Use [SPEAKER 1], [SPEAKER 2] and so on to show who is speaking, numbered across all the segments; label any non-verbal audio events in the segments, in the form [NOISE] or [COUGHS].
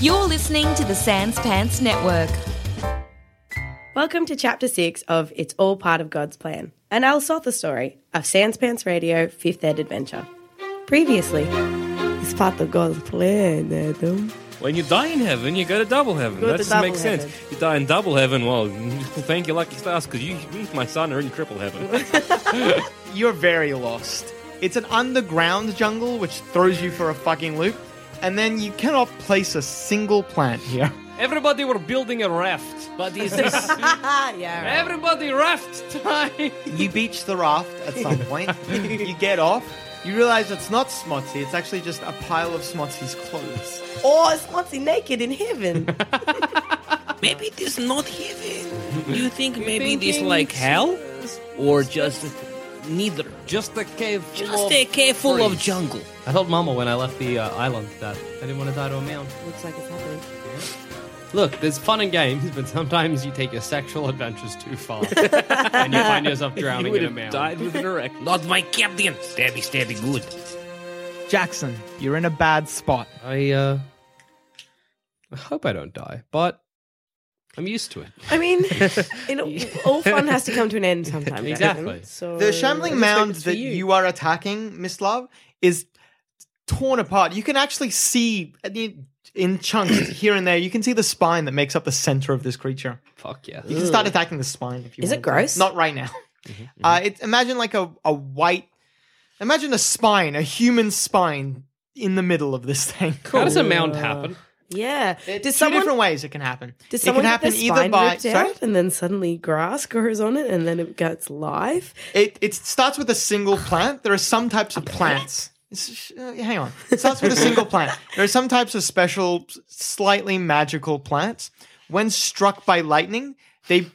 [SPEAKER 1] You're listening to the Sans Pants Network.
[SPEAKER 2] Welcome to Chapter 6 of It's All Part of God's Plan, an Al Sotha story of Sans Pants Radio 5th Ed Adventure. Previously, it's part of God's plan, Adam.
[SPEAKER 3] When you die in heaven, you go to double heaven.
[SPEAKER 2] Go to
[SPEAKER 3] that just
[SPEAKER 2] double
[SPEAKER 3] makes
[SPEAKER 2] heaven.
[SPEAKER 3] sense. You die in double heaven, well, [LAUGHS] thank your lucky stars because you, my son, are in triple heaven.
[SPEAKER 4] You're very lost. It's an underground jungle which throws you for a fucking loop, and then you cannot place a single plant here.
[SPEAKER 3] Everybody were building a raft, but is this
[SPEAKER 4] Ah,
[SPEAKER 2] yeah.
[SPEAKER 3] everybody raft time?
[SPEAKER 4] [LAUGHS] You beach the raft at some [LAUGHS] point, you get off, you realize it's not Smotsy, it's actually just a pile of Smotsy's clothes.
[SPEAKER 2] Or it's Monty naked in heaven.
[SPEAKER 5] Maybe this not heaven. You think maybe this like hell, or just neither?
[SPEAKER 3] Just a cave. full
[SPEAKER 5] Just
[SPEAKER 3] of
[SPEAKER 5] a cave full of
[SPEAKER 3] trees.
[SPEAKER 5] jungle.
[SPEAKER 6] I told Mama when I left the uh, island that I didn't want to die to a mound.
[SPEAKER 2] Looks like it's happening.
[SPEAKER 6] Look, there's fun and games, but sometimes you take your sexual adventures too far, and you find yourself
[SPEAKER 3] You
[SPEAKER 6] drowning
[SPEAKER 3] would
[SPEAKER 6] in a
[SPEAKER 3] have
[SPEAKER 6] mound.
[SPEAKER 3] died with an erect.
[SPEAKER 5] Not my captain. Stabby, stabby, good.
[SPEAKER 4] Jackson, you're in a bad spot.
[SPEAKER 6] I uh, I hope I don't die, but I'm used to it. [LAUGHS]
[SPEAKER 4] [LAUGHS]
[SPEAKER 2] I mean, it, all fun has to come to an end sometime.
[SPEAKER 6] Exactly.
[SPEAKER 2] So
[SPEAKER 4] The shambling mound
[SPEAKER 6] for
[SPEAKER 4] that
[SPEAKER 6] you.
[SPEAKER 4] you. are attacking, Miss Love, is torn apart. You can actually see I mean, in [COUGHS] chunks here and there. You can see the spine that makes up the center of this creature.
[SPEAKER 6] Fuck yeah.
[SPEAKER 4] You can start attacking the spine if you
[SPEAKER 2] Is
[SPEAKER 4] want
[SPEAKER 2] it
[SPEAKER 4] to.
[SPEAKER 2] gross?
[SPEAKER 4] Not right now. Uh, it, imagine like a, a white. Imagine a spine, a human spine in the middle of this thing.
[SPEAKER 6] How does a mound happen?
[SPEAKER 2] Yeah.
[SPEAKER 4] It's
[SPEAKER 2] Does
[SPEAKER 4] two
[SPEAKER 2] someone,
[SPEAKER 4] different ways it can happen.
[SPEAKER 2] does
[SPEAKER 4] it can
[SPEAKER 2] someone
[SPEAKER 4] happen
[SPEAKER 2] get their
[SPEAKER 4] either
[SPEAKER 2] spine
[SPEAKER 4] by
[SPEAKER 2] ripped
[SPEAKER 4] sorry?
[SPEAKER 2] out and then suddenly grass grows on it and then it gets life?
[SPEAKER 4] It, it starts with a single plant. There are some types of plants. It's- sh- uh, Hang on. It starts with a single plant. There are some types of special, s- slightly magical plants. When struck by lightning, they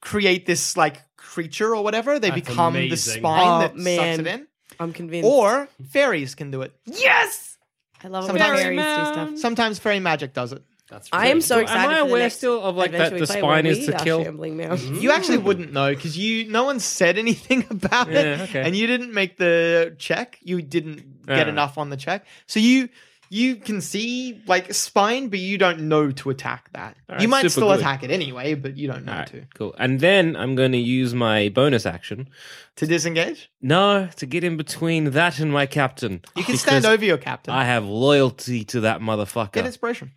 [SPEAKER 4] create this like creature or whatever. They
[SPEAKER 6] That's
[SPEAKER 4] become the
[SPEAKER 6] amazing.
[SPEAKER 4] spine
[SPEAKER 2] Oh,
[SPEAKER 4] that
[SPEAKER 2] man.
[SPEAKER 4] sucks it in.
[SPEAKER 2] I'm convinced.
[SPEAKER 4] Or fairies can do it.
[SPEAKER 2] Yes! I love it when
[SPEAKER 4] Sometimes-
[SPEAKER 2] fairies do stuff.
[SPEAKER 4] Sometimes fairy magic does it.
[SPEAKER 6] That's
[SPEAKER 2] I am
[SPEAKER 6] ridiculous.
[SPEAKER 2] so excited.
[SPEAKER 3] Am I
[SPEAKER 2] for the
[SPEAKER 3] aware
[SPEAKER 2] next
[SPEAKER 3] still of like
[SPEAKER 2] adventure
[SPEAKER 3] that
[SPEAKER 2] we
[SPEAKER 3] the
[SPEAKER 2] play
[SPEAKER 3] spine
[SPEAKER 2] where
[SPEAKER 3] is
[SPEAKER 2] we
[SPEAKER 3] to
[SPEAKER 2] are
[SPEAKER 3] kill?
[SPEAKER 2] Shambling now.
[SPEAKER 4] You actually wouldn't know because you no one said anything [LAUGHS] about it,
[SPEAKER 3] Yeah, okay.
[SPEAKER 4] and you didn't make the check. You didn't get
[SPEAKER 3] Yeah.
[SPEAKER 4] enough on the check, so you you can see like spine, but you don't know to attack that.
[SPEAKER 3] All right,
[SPEAKER 4] you might
[SPEAKER 3] super
[SPEAKER 4] still
[SPEAKER 3] good.
[SPEAKER 4] attack it anyway, but you don't know
[SPEAKER 3] All right,
[SPEAKER 4] to
[SPEAKER 3] cool. And then I'm going to use my bonus action.
[SPEAKER 4] to disengage.
[SPEAKER 3] No, to get in between that and my captain.
[SPEAKER 4] You can
[SPEAKER 3] [LAUGHS]
[SPEAKER 4] stand
[SPEAKER 3] Because
[SPEAKER 4] over your captain.
[SPEAKER 3] I have loyalty to that motherfucker.
[SPEAKER 4] Get inspiration.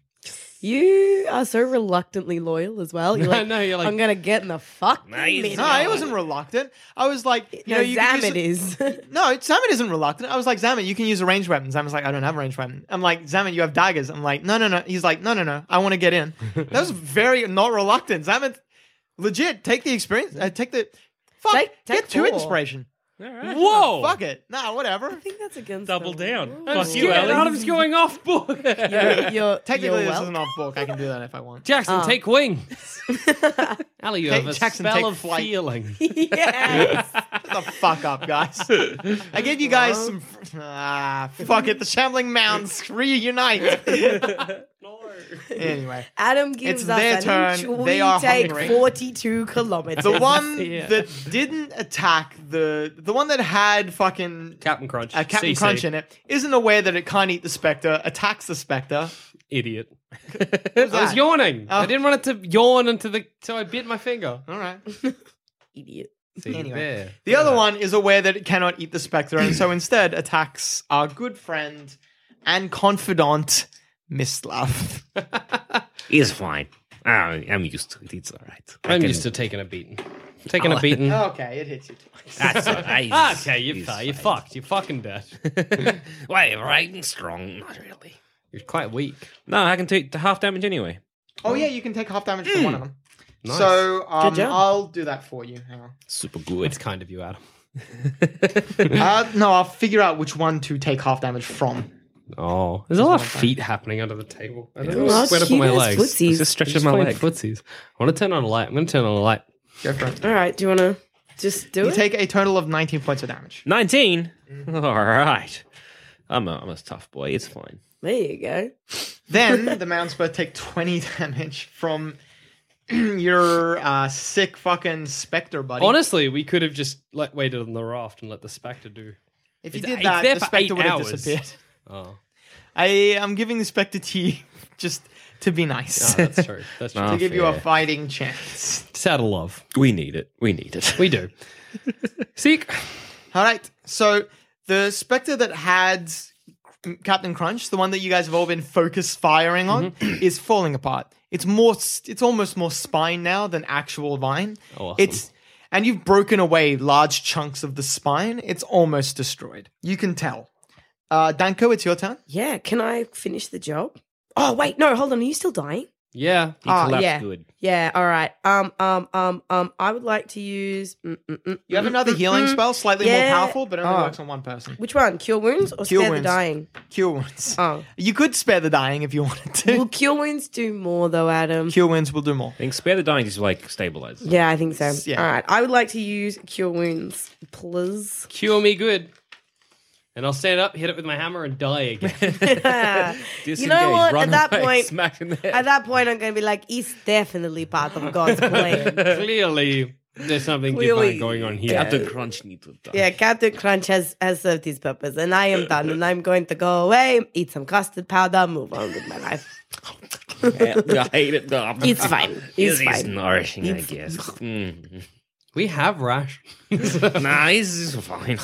[SPEAKER 2] You are so reluctantly loyal as well. You're
[SPEAKER 6] No,
[SPEAKER 2] like,
[SPEAKER 6] no, you're like-
[SPEAKER 2] I'm gonna get in the fuck.
[SPEAKER 5] Nice.
[SPEAKER 4] No, I wasn't reluctant. I was like, you
[SPEAKER 2] No,
[SPEAKER 4] know, you can
[SPEAKER 2] Zam it
[SPEAKER 4] use-
[SPEAKER 2] is.
[SPEAKER 4] No, Zaman isn't reluctant. I was like, Zaman, you can use a ranged weapon. Zaman's like, I don't have a ranged weapon. I'm like, Zaman, you have daggers. I'm like, no, no, no. He's like, no, no, no. I want to get in. That was very not reluctant. Zaman, legit, take the experience. Uh, take the. Fuck,
[SPEAKER 2] Take- take
[SPEAKER 4] get two
[SPEAKER 2] four.
[SPEAKER 4] inspiration.
[SPEAKER 3] Whoa!
[SPEAKER 4] Fuck it. Nah, whatever.
[SPEAKER 2] I think that's against
[SPEAKER 6] Double
[SPEAKER 2] the-
[SPEAKER 6] down.
[SPEAKER 2] Ooh.
[SPEAKER 6] Fuck you,
[SPEAKER 3] scared.
[SPEAKER 6] Ellie.
[SPEAKER 3] Adam's going off book.
[SPEAKER 2] [LAUGHS] You're, you're,
[SPEAKER 4] Technically, this
[SPEAKER 2] you're wel-
[SPEAKER 4] is not book. I can do that if I
[SPEAKER 6] [LAUGHS]
[SPEAKER 4] want.
[SPEAKER 6] Jackson, take wing. Ellie, you
[SPEAKER 4] Take-
[SPEAKER 6] have a
[SPEAKER 4] Jackson, take
[SPEAKER 6] spell of
[SPEAKER 4] flight. [LAUGHS] Uh,
[SPEAKER 6] feeling.
[SPEAKER 2] yes.
[SPEAKER 4] Shut the fuck up, guys. I gave you guys some. Ah, fuck it. The Shambling Mounds reunite. Anyway.
[SPEAKER 2] Adam gives
[SPEAKER 4] It's
[SPEAKER 2] us
[SPEAKER 4] their
[SPEAKER 2] an
[SPEAKER 4] turn.
[SPEAKER 2] inch. We
[SPEAKER 4] They are
[SPEAKER 2] take
[SPEAKER 4] hungry.
[SPEAKER 2] 42
[SPEAKER 4] [LAUGHS]
[SPEAKER 2] kilometers.
[SPEAKER 6] [LAUGHS]
[SPEAKER 4] The one
[SPEAKER 6] Yeah.
[SPEAKER 4] that didn't attack the the one that had fucking
[SPEAKER 6] Captain Crunch.
[SPEAKER 4] a Uh, Captain
[SPEAKER 6] CC.
[SPEAKER 4] Crunch in it isn't aware that it can't eat the specter, attacks the specter.
[SPEAKER 6] Idiot. I
[SPEAKER 4] that?
[SPEAKER 6] was yawning.
[SPEAKER 4] Oh.
[SPEAKER 6] I didn't want it to yawn into the. So I bit my finger.
[SPEAKER 4] All right.
[SPEAKER 2] idiot.
[SPEAKER 6] See,
[SPEAKER 4] Anyway.
[SPEAKER 6] there.
[SPEAKER 4] The other one is aware that it cannot eat the specter, and
[SPEAKER 6] [CLEARS THROAT]
[SPEAKER 4] so instead attacks our good friend and confidant, Miss Love.
[SPEAKER 5] It's fine. Ah, I'm used to it. It's all right. I
[SPEAKER 6] I'm
[SPEAKER 5] can-
[SPEAKER 6] used to taking a beating. Taking a beating.
[SPEAKER 4] [LAUGHS] [LAUGHS] okay, it hits you twice.
[SPEAKER 5] That's all
[SPEAKER 3] [LAUGHS]
[SPEAKER 5] right.
[SPEAKER 3] Ah,
[SPEAKER 6] okay, you
[SPEAKER 5] It's
[SPEAKER 6] fa- you're
[SPEAKER 5] fine.
[SPEAKER 6] fucked. You're fucking dead.
[SPEAKER 5] Wait, right and strong. Not really.
[SPEAKER 6] you're quite weak.
[SPEAKER 3] no, I can take the half damage anyway.
[SPEAKER 4] Oh yeah, you can take half damage from one of them.
[SPEAKER 6] Nice.
[SPEAKER 4] So um,
[SPEAKER 2] Good job.
[SPEAKER 4] I'll do that for you. Hang on.
[SPEAKER 5] Super good.
[SPEAKER 6] It's kind of you, Adam.
[SPEAKER 4] [LAUGHS] Uh, no, I'll figure out which one to take half damage from.
[SPEAKER 6] Oh, there's a lot of feet happening under the table. I don't know
[SPEAKER 2] Oh,
[SPEAKER 6] where to put my
[SPEAKER 2] cute-ass
[SPEAKER 6] legs.
[SPEAKER 2] footsies.
[SPEAKER 3] Just stretching
[SPEAKER 6] Just
[SPEAKER 3] my
[SPEAKER 6] playing
[SPEAKER 3] leg.
[SPEAKER 6] Footsies. I want to turn on a light. I'm going to turn on a light.
[SPEAKER 4] Go for it.
[SPEAKER 2] All right, do you want to just do
[SPEAKER 4] You
[SPEAKER 2] it?
[SPEAKER 4] take a total of 19 points of damage.
[SPEAKER 3] 19?
[SPEAKER 2] Mm-hmm.
[SPEAKER 3] [LAUGHS] All right. I'm a, I'm a tough boy. It's fine.
[SPEAKER 2] there you go.
[SPEAKER 4] Then the mounts both take 20 damage from [CLEARS THROAT] your uh, sick fucking specter buddy.
[SPEAKER 6] Honestly, we could have just let, waited on the raft and let the spectre do.
[SPEAKER 4] if you
[SPEAKER 6] it's-
[SPEAKER 4] did
[SPEAKER 6] it's
[SPEAKER 4] that,
[SPEAKER 6] there
[SPEAKER 4] the
[SPEAKER 6] for eight
[SPEAKER 4] specter would have
[SPEAKER 6] hours.
[SPEAKER 4] disappeared.
[SPEAKER 6] Oh,
[SPEAKER 4] I am giving the specter to you [LAUGHS] just to be nice.
[SPEAKER 6] no, that's true. That's true.
[SPEAKER 4] [LAUGHS] to give you a
[SPEAKER 3] fair.
[SPEAKER 4] fighting chance.
[SPEAKER 6] It's out of love.
[SPEAKER 3] We need it. We need [LAUGHS] it.
[SPEAKER 6] We do. Seek.
[SPEAKER 4] All right. So the specter that had Captain Crunch, the one that you guys have all been focus firing on, [CLEARS THROAT]
[SPEAKER 6] Mm-hmm.
[SPEAKER 4] is falling apart. It's more. s- It's almost more spine now than actual vine.
[SPEAKER 6] Oh, awesome.
[SPEAKER 4] It's and you've broken away large chunks of the spine. It's almost destroyed. You can tell. Uh, Danko, it's your turn.
[SPEAKER 2] Yeah, can I finish the job? Oh wait, no, hold on. Are you still dying?
[SPEAKER 6] Yeah.
[SPEAKER 2] Ah,
[SPEAKER 3] collapsed
[SPEAKER 2] yeah.
[SPEAKER 3] good.
[SPEAKER 2] Yeah. All right. Um. Um. Um. Um. I would like to use. Mm, mm, mm,
[SPEAKER 4] You have
[SPEAKER 6] Mm-hmm.
[SPEAKER 4] another healing spell, slightly
[SPEAKER 2] Yeah.
[SPEAKER 4] more powerful, but only
[SPEAKER 6] Ah.
[SPEAKER 2] Oh.
[SPEAKER 4] works on one person.
[SPEAKER 2] Which one? Cure wounds or
[SPEAKER 4] Cure
[SPEAKER 2] spare
[SPEAKER 4] wounds.
[SPEAKER 2] the dying?
[SPEAKER 4] Cure wounds. [LAUGHS]
[SPEAKER 2] Oh.
[SPEAKER 4] You could spare the dying if you wanted to.
[SPEAKER 2] Will cure wounds do more though, Adam?
[SPEAKER 4] Cure wounds will do more.
[SPEAKER 3] I think spare the dying is like stabilizes.
[SPEAKER 2] yeah, I think so.
[SPEAKER 4] Yeah.
[SPEAKER 2] All right. I would like to use cure wounds, please.
[SPEAKER 6] Cure me good. And I'll stand up, hit it with my hammer, and
[SPEAKER 4] [LAUGHS]
[SPEAKER 6] die again.
[SPEAKER 2] you know what? At that
[SPEAKER 3] [LAUGHS]
[SPEAKER 2] point,
[SPEAKER 3] smack in the head.
[SPEAKER 2] at that point, I'm going to be like, it's definitely part of
[SPEAKER 4] [LAUGHS]
[SPEAKER 2] God's plan.
[SPEAKER 6] Clearly, there's something
[SPEAKER 2] Clearly,
[SPEAKER 6] divine going on here.
[SPEAKER 3] Captain Crunch needs to die.
[SPEAKER 2] Yeah, Captain Crunch has, has served his purpose, and I am done, and I'm going to go away, eat some custard powder, move on with my life.
[SPEAKER 3] [LAUGHS] I hate
[SPEAKER 2] [LAUGHS]
[SPEAKER 3] it. No, I'm-
[SPEAKER 4] [LAUGHS]
[SPEAKER 2] It's fine. It's
[SPEAKER 3] It's,
[SPEAKER 2] fine.
[SPEAKER 3] nourishing, I guess. Mm.
[SPEAKER 6] We have rash.
[SPEAKER 3] nah, this is fine.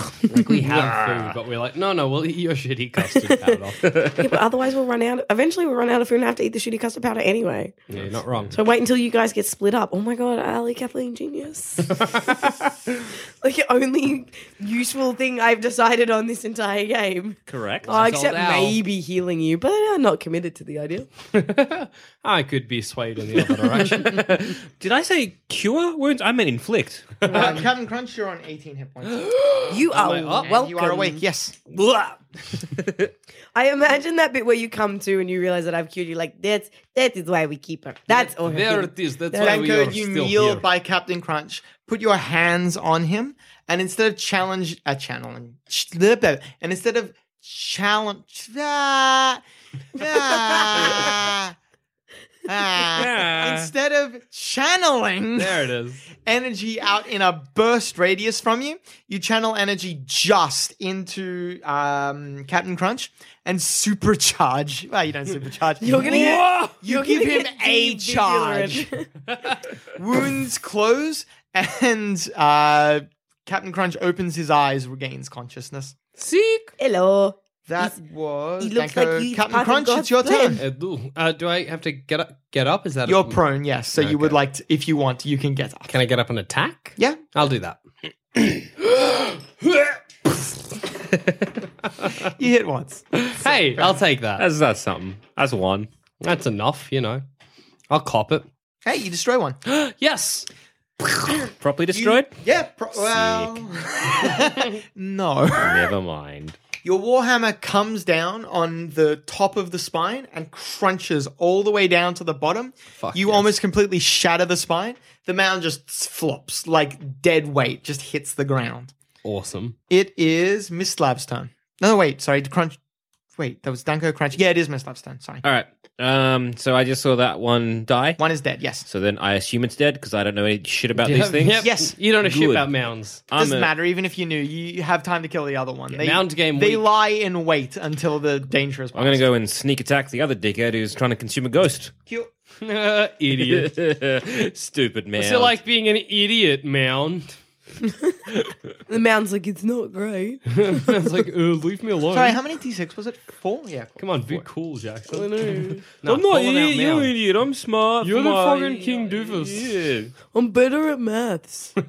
[SPEAKER 6] We have food, but we're like, no, no, we'll eat your shitty custard
[SPEAKER 4] [LAUGHS]
[SPEAKER 6] powder.
[SPEAKER 2] Yeah, but otherwise, we'll run out. Eventually, we'll run out of food and have to eat the shitty custard powder anyway.
[SPEAKER 6] yeah, you're not wrong.
[SPEAKER 2] So wait until you guys get split up. Oh my god, Ali Kathleen
[SPEAKER 6] [LAUGHS]
[SPEAKER 2] genius. like the only useful thing I've decided on this entire game.
[SPEAKER 3] [LAUGHS] Correct.
[SPEAKER 2] Oh,
[SPEAKER 6] is
[SPEAKER 2] except
[SPEAKER 6] old Al.
[SPEAKER 2] maybe healing you, but I'm not committed to the
[SPEAKER 6] [GASPS]
[SPEAKER 2] idea.
[SPEAKER 6] I could be swayed in the other direction.
[SPEAKER 4] [LAUGHS]
[SPEAKER 3] Did I say cure wounds? I meant inflict.
[SPEAKER 4] Uh, Captain Crunch, you're on 18 hit
[SPEAKER 6] [GASPS]
[SPEAKER 4] points.
[SPEAKER 2] You are
[SPEAKER 6] up?
[SPEAKER 2] welcome.
[SPEAKER 4] You are awake. Yes.
[SPEAKER 2] Blah. I imagine that bit where you come to and you realize that I've cured you. Like that's that is why we keep her. That's all. her
[SPEAKER 6] there
[SPEAKER 2] thing.
[SPEAKER 6] it is. That's why
[SPEAKER 4] Danko,
[SPEAKER 6] we are
[SPEAKER 4] you
[SPEAKER 6] still
[SPEAKER 4] kneel
[SPEAKER 6] here.
[SPEAKER 4] by Captain Crunch, put your hands on him, and instead of challenge, uh, channeling, and instead of challenge, ah,
[SPEAKER 6] [LAUGHS]
[SPEAKER 4] ah, ah, instead of channeling
[SPEAKER 6] There it is.
[SPEAKER 4] energy out in a burst radius from you, you channel energy just into um, Captain Crunch and supercharge. Well,
[SPEAKER 2] [LAUGHS]
[SPEAKER 4] you don't supercharge.
[SPEAKER 2] You're gonna get.
[SPEAKER 4] You
[SPEAKER 2] You're
[SPEAKER 4] give
[SPEAKER 2] gonna
[SPEAKER 4] him
[SPEAKER 2] get
[SPEAKER 4] a charge.
[SPEAKER 2] devigilant. [LAUGHS]
[SPEAKER 4] Wounds close, and uh, Captain Crunch opens his eyes, regains consciousness.
[SPEAKER 6] Seek.
[SPEAKER 2] Hello.
[SPEAKER 4] That was
[SPEAKER 2] he looks
[SPEAKER 4] Danko.
[SPEAKER 2] like he's
[SPEAKER 4] Captain
[SPEAKER 2] part of
[SPEAKER 4] Crunch.
[SPEAKER 2] God's
[SPEAKER 4] It's your
[SPEAKER 2] plan.
[SPEAKER 4] turn.
[SPEAKER 6] Uh, do- uh, do I have to get up? Get up? Is that
[SPEAKER 4] You're
[SPEAKER 6] a,
[SPEAKER 4] prone, yes. So you would like, to, if you want, you can get up.
[SPEAKER 6] Can I get up and attack?
[SPEAKER 4] Yeah.
[SPEAKER 6] I'll do that.
[SPEAKER 4] You hit once.
[SPEAKER 6] hey, I'll take that.
[SPEAKER 3] That's that's something. That's one.
[SPEAKER 6] That's enough, you know. I'll cop it.
[SPEAKER 4] Hey, you destroy one.
[SPEAKER 6] Yes.
[SPEAKER 3] Properly destroyed.
[SPEAKER 4] Yeah. Pro- well, [LAUGHS] no.
[SPEAKER 3] Never mind.
[SPEAKER 4] Your warhammer comes down on the top of the spine and crunches all the way down to the bottom.
[SPEAKER 6] Fuck
[SPEAKER 4] you
[SPEAKER 6] yes.
[SPEAKER 4] almost completely shatter the spine. The mound just flops like dead weight, just hits the ground.
[SPEAKER 6] Awesome.
[SPEAKER 4] It is Miss Lab's turn. No, wait, sorry, Crunch. Wait, that was Danko Crunch. Yeah, it is Miss Lab's turn. Sorry.
[SPEAKER 3] All right. Um. So I just saw that one die.
[SPEAKER 4] One is dead, yes.
[SPEAKER 3] So then I assume it's dead because I don't know any shit about these
[SPEAKER 6] Yep,
[SPEAKER 3] things.
[SPEAKER 6] yep.
[SPEAKER 4] Yes.
[SPEAKER 6] You don't know shit
[SPEAKER 3] Good.
[SPEAKER 6] about mounds.
[SPEAKER 3] I'm
[SPEAKER 4] Doesn't
[SPEAKER 3] a-
[SPEAKER 4] matter, even if you knew, you you have time to kill the other one. they,
[SPEAKER 6] mound game
[SPEAKER 4] They
[SPEAKER 6] weak.
[SPEAKER 4] lie in wait until the danger is
[SPEAKER 3] I'm gonna go and sneak attack the other dickhead who's trying to consume a ghost.
[SPEAKER 6] [LAUGHS] idiot. [LAUGHS]
[SPEAKER 3] Stupid man.
[SPEAKER 6] Is it like being an idiot mound?
[SPEAKER 2] The mound's like it's not great.
[SPEAKER 6] [LAUGHS] it's like, uh, leave me alone.
[SPEAKER 4] Sorry, how many d6 was it? Four? Yeah.
[SPEAKER 6] Come on, be cool, Jackson. [LAUGHS]
[SPEAKER 3] I'm
[SPEAKER 6] Nah,
[SPEAKER 3] not
[SPEAKER 6] calling out
[SPEAKER 3] idiot. You
[SPEAKER 6] mound.
[SPEAKER 3] idiot. I'm smart.
[SPEAKER 6] You're the
[SPEAKER 3] My-
[SPEAKER 6] fucking King Doofus.
[SPEAKER 3] Yeah.
[SPEAKER 2] I'm better at maths.
[SPEAKER 3] You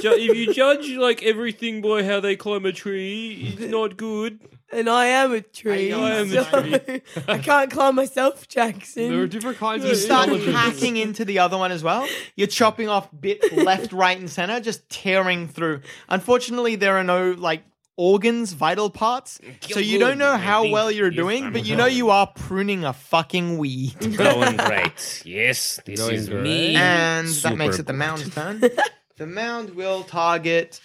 [SPEAKER 3] ju- if you judge like everything by how they climb a tree, it's not good.
[SPEAKER 2] and I am a tree.
[SPEAKER 4] I am
[SPEAKER 2] so
[SPEAKER 4] a
[SPEAKER 2] [LAUGHS] I can't climb myself, Jackson.
[SPEAKER 6] There are different kinds
[SPEAKER 4] You
[SPEAKER 6] of
[SPEAKER 4] start
[SPEAKER 6] solid
[SPEAKER 4] hacking into the other one as well. You're chopping off bit left, right, and center, just tearing through. Unfortunately, there are no like organs, vital parts, so you don't know how well you're doing, but you know you are pruning a fucking weed,
[SPEAKER 5] [LAUGHS] Going great. Yes, this
[SPEAKER 6] Going
[SPEAKER 5] is
[SPEAKER 6] great.
[SPEAKER 5] me.
[SPEAKER 4] and
[SPEAKER 5] Super
[SPEAKER 4] that makes it the
[SPEAKER 5] good.
[SPEAKER 4] mound's turn. The mound will target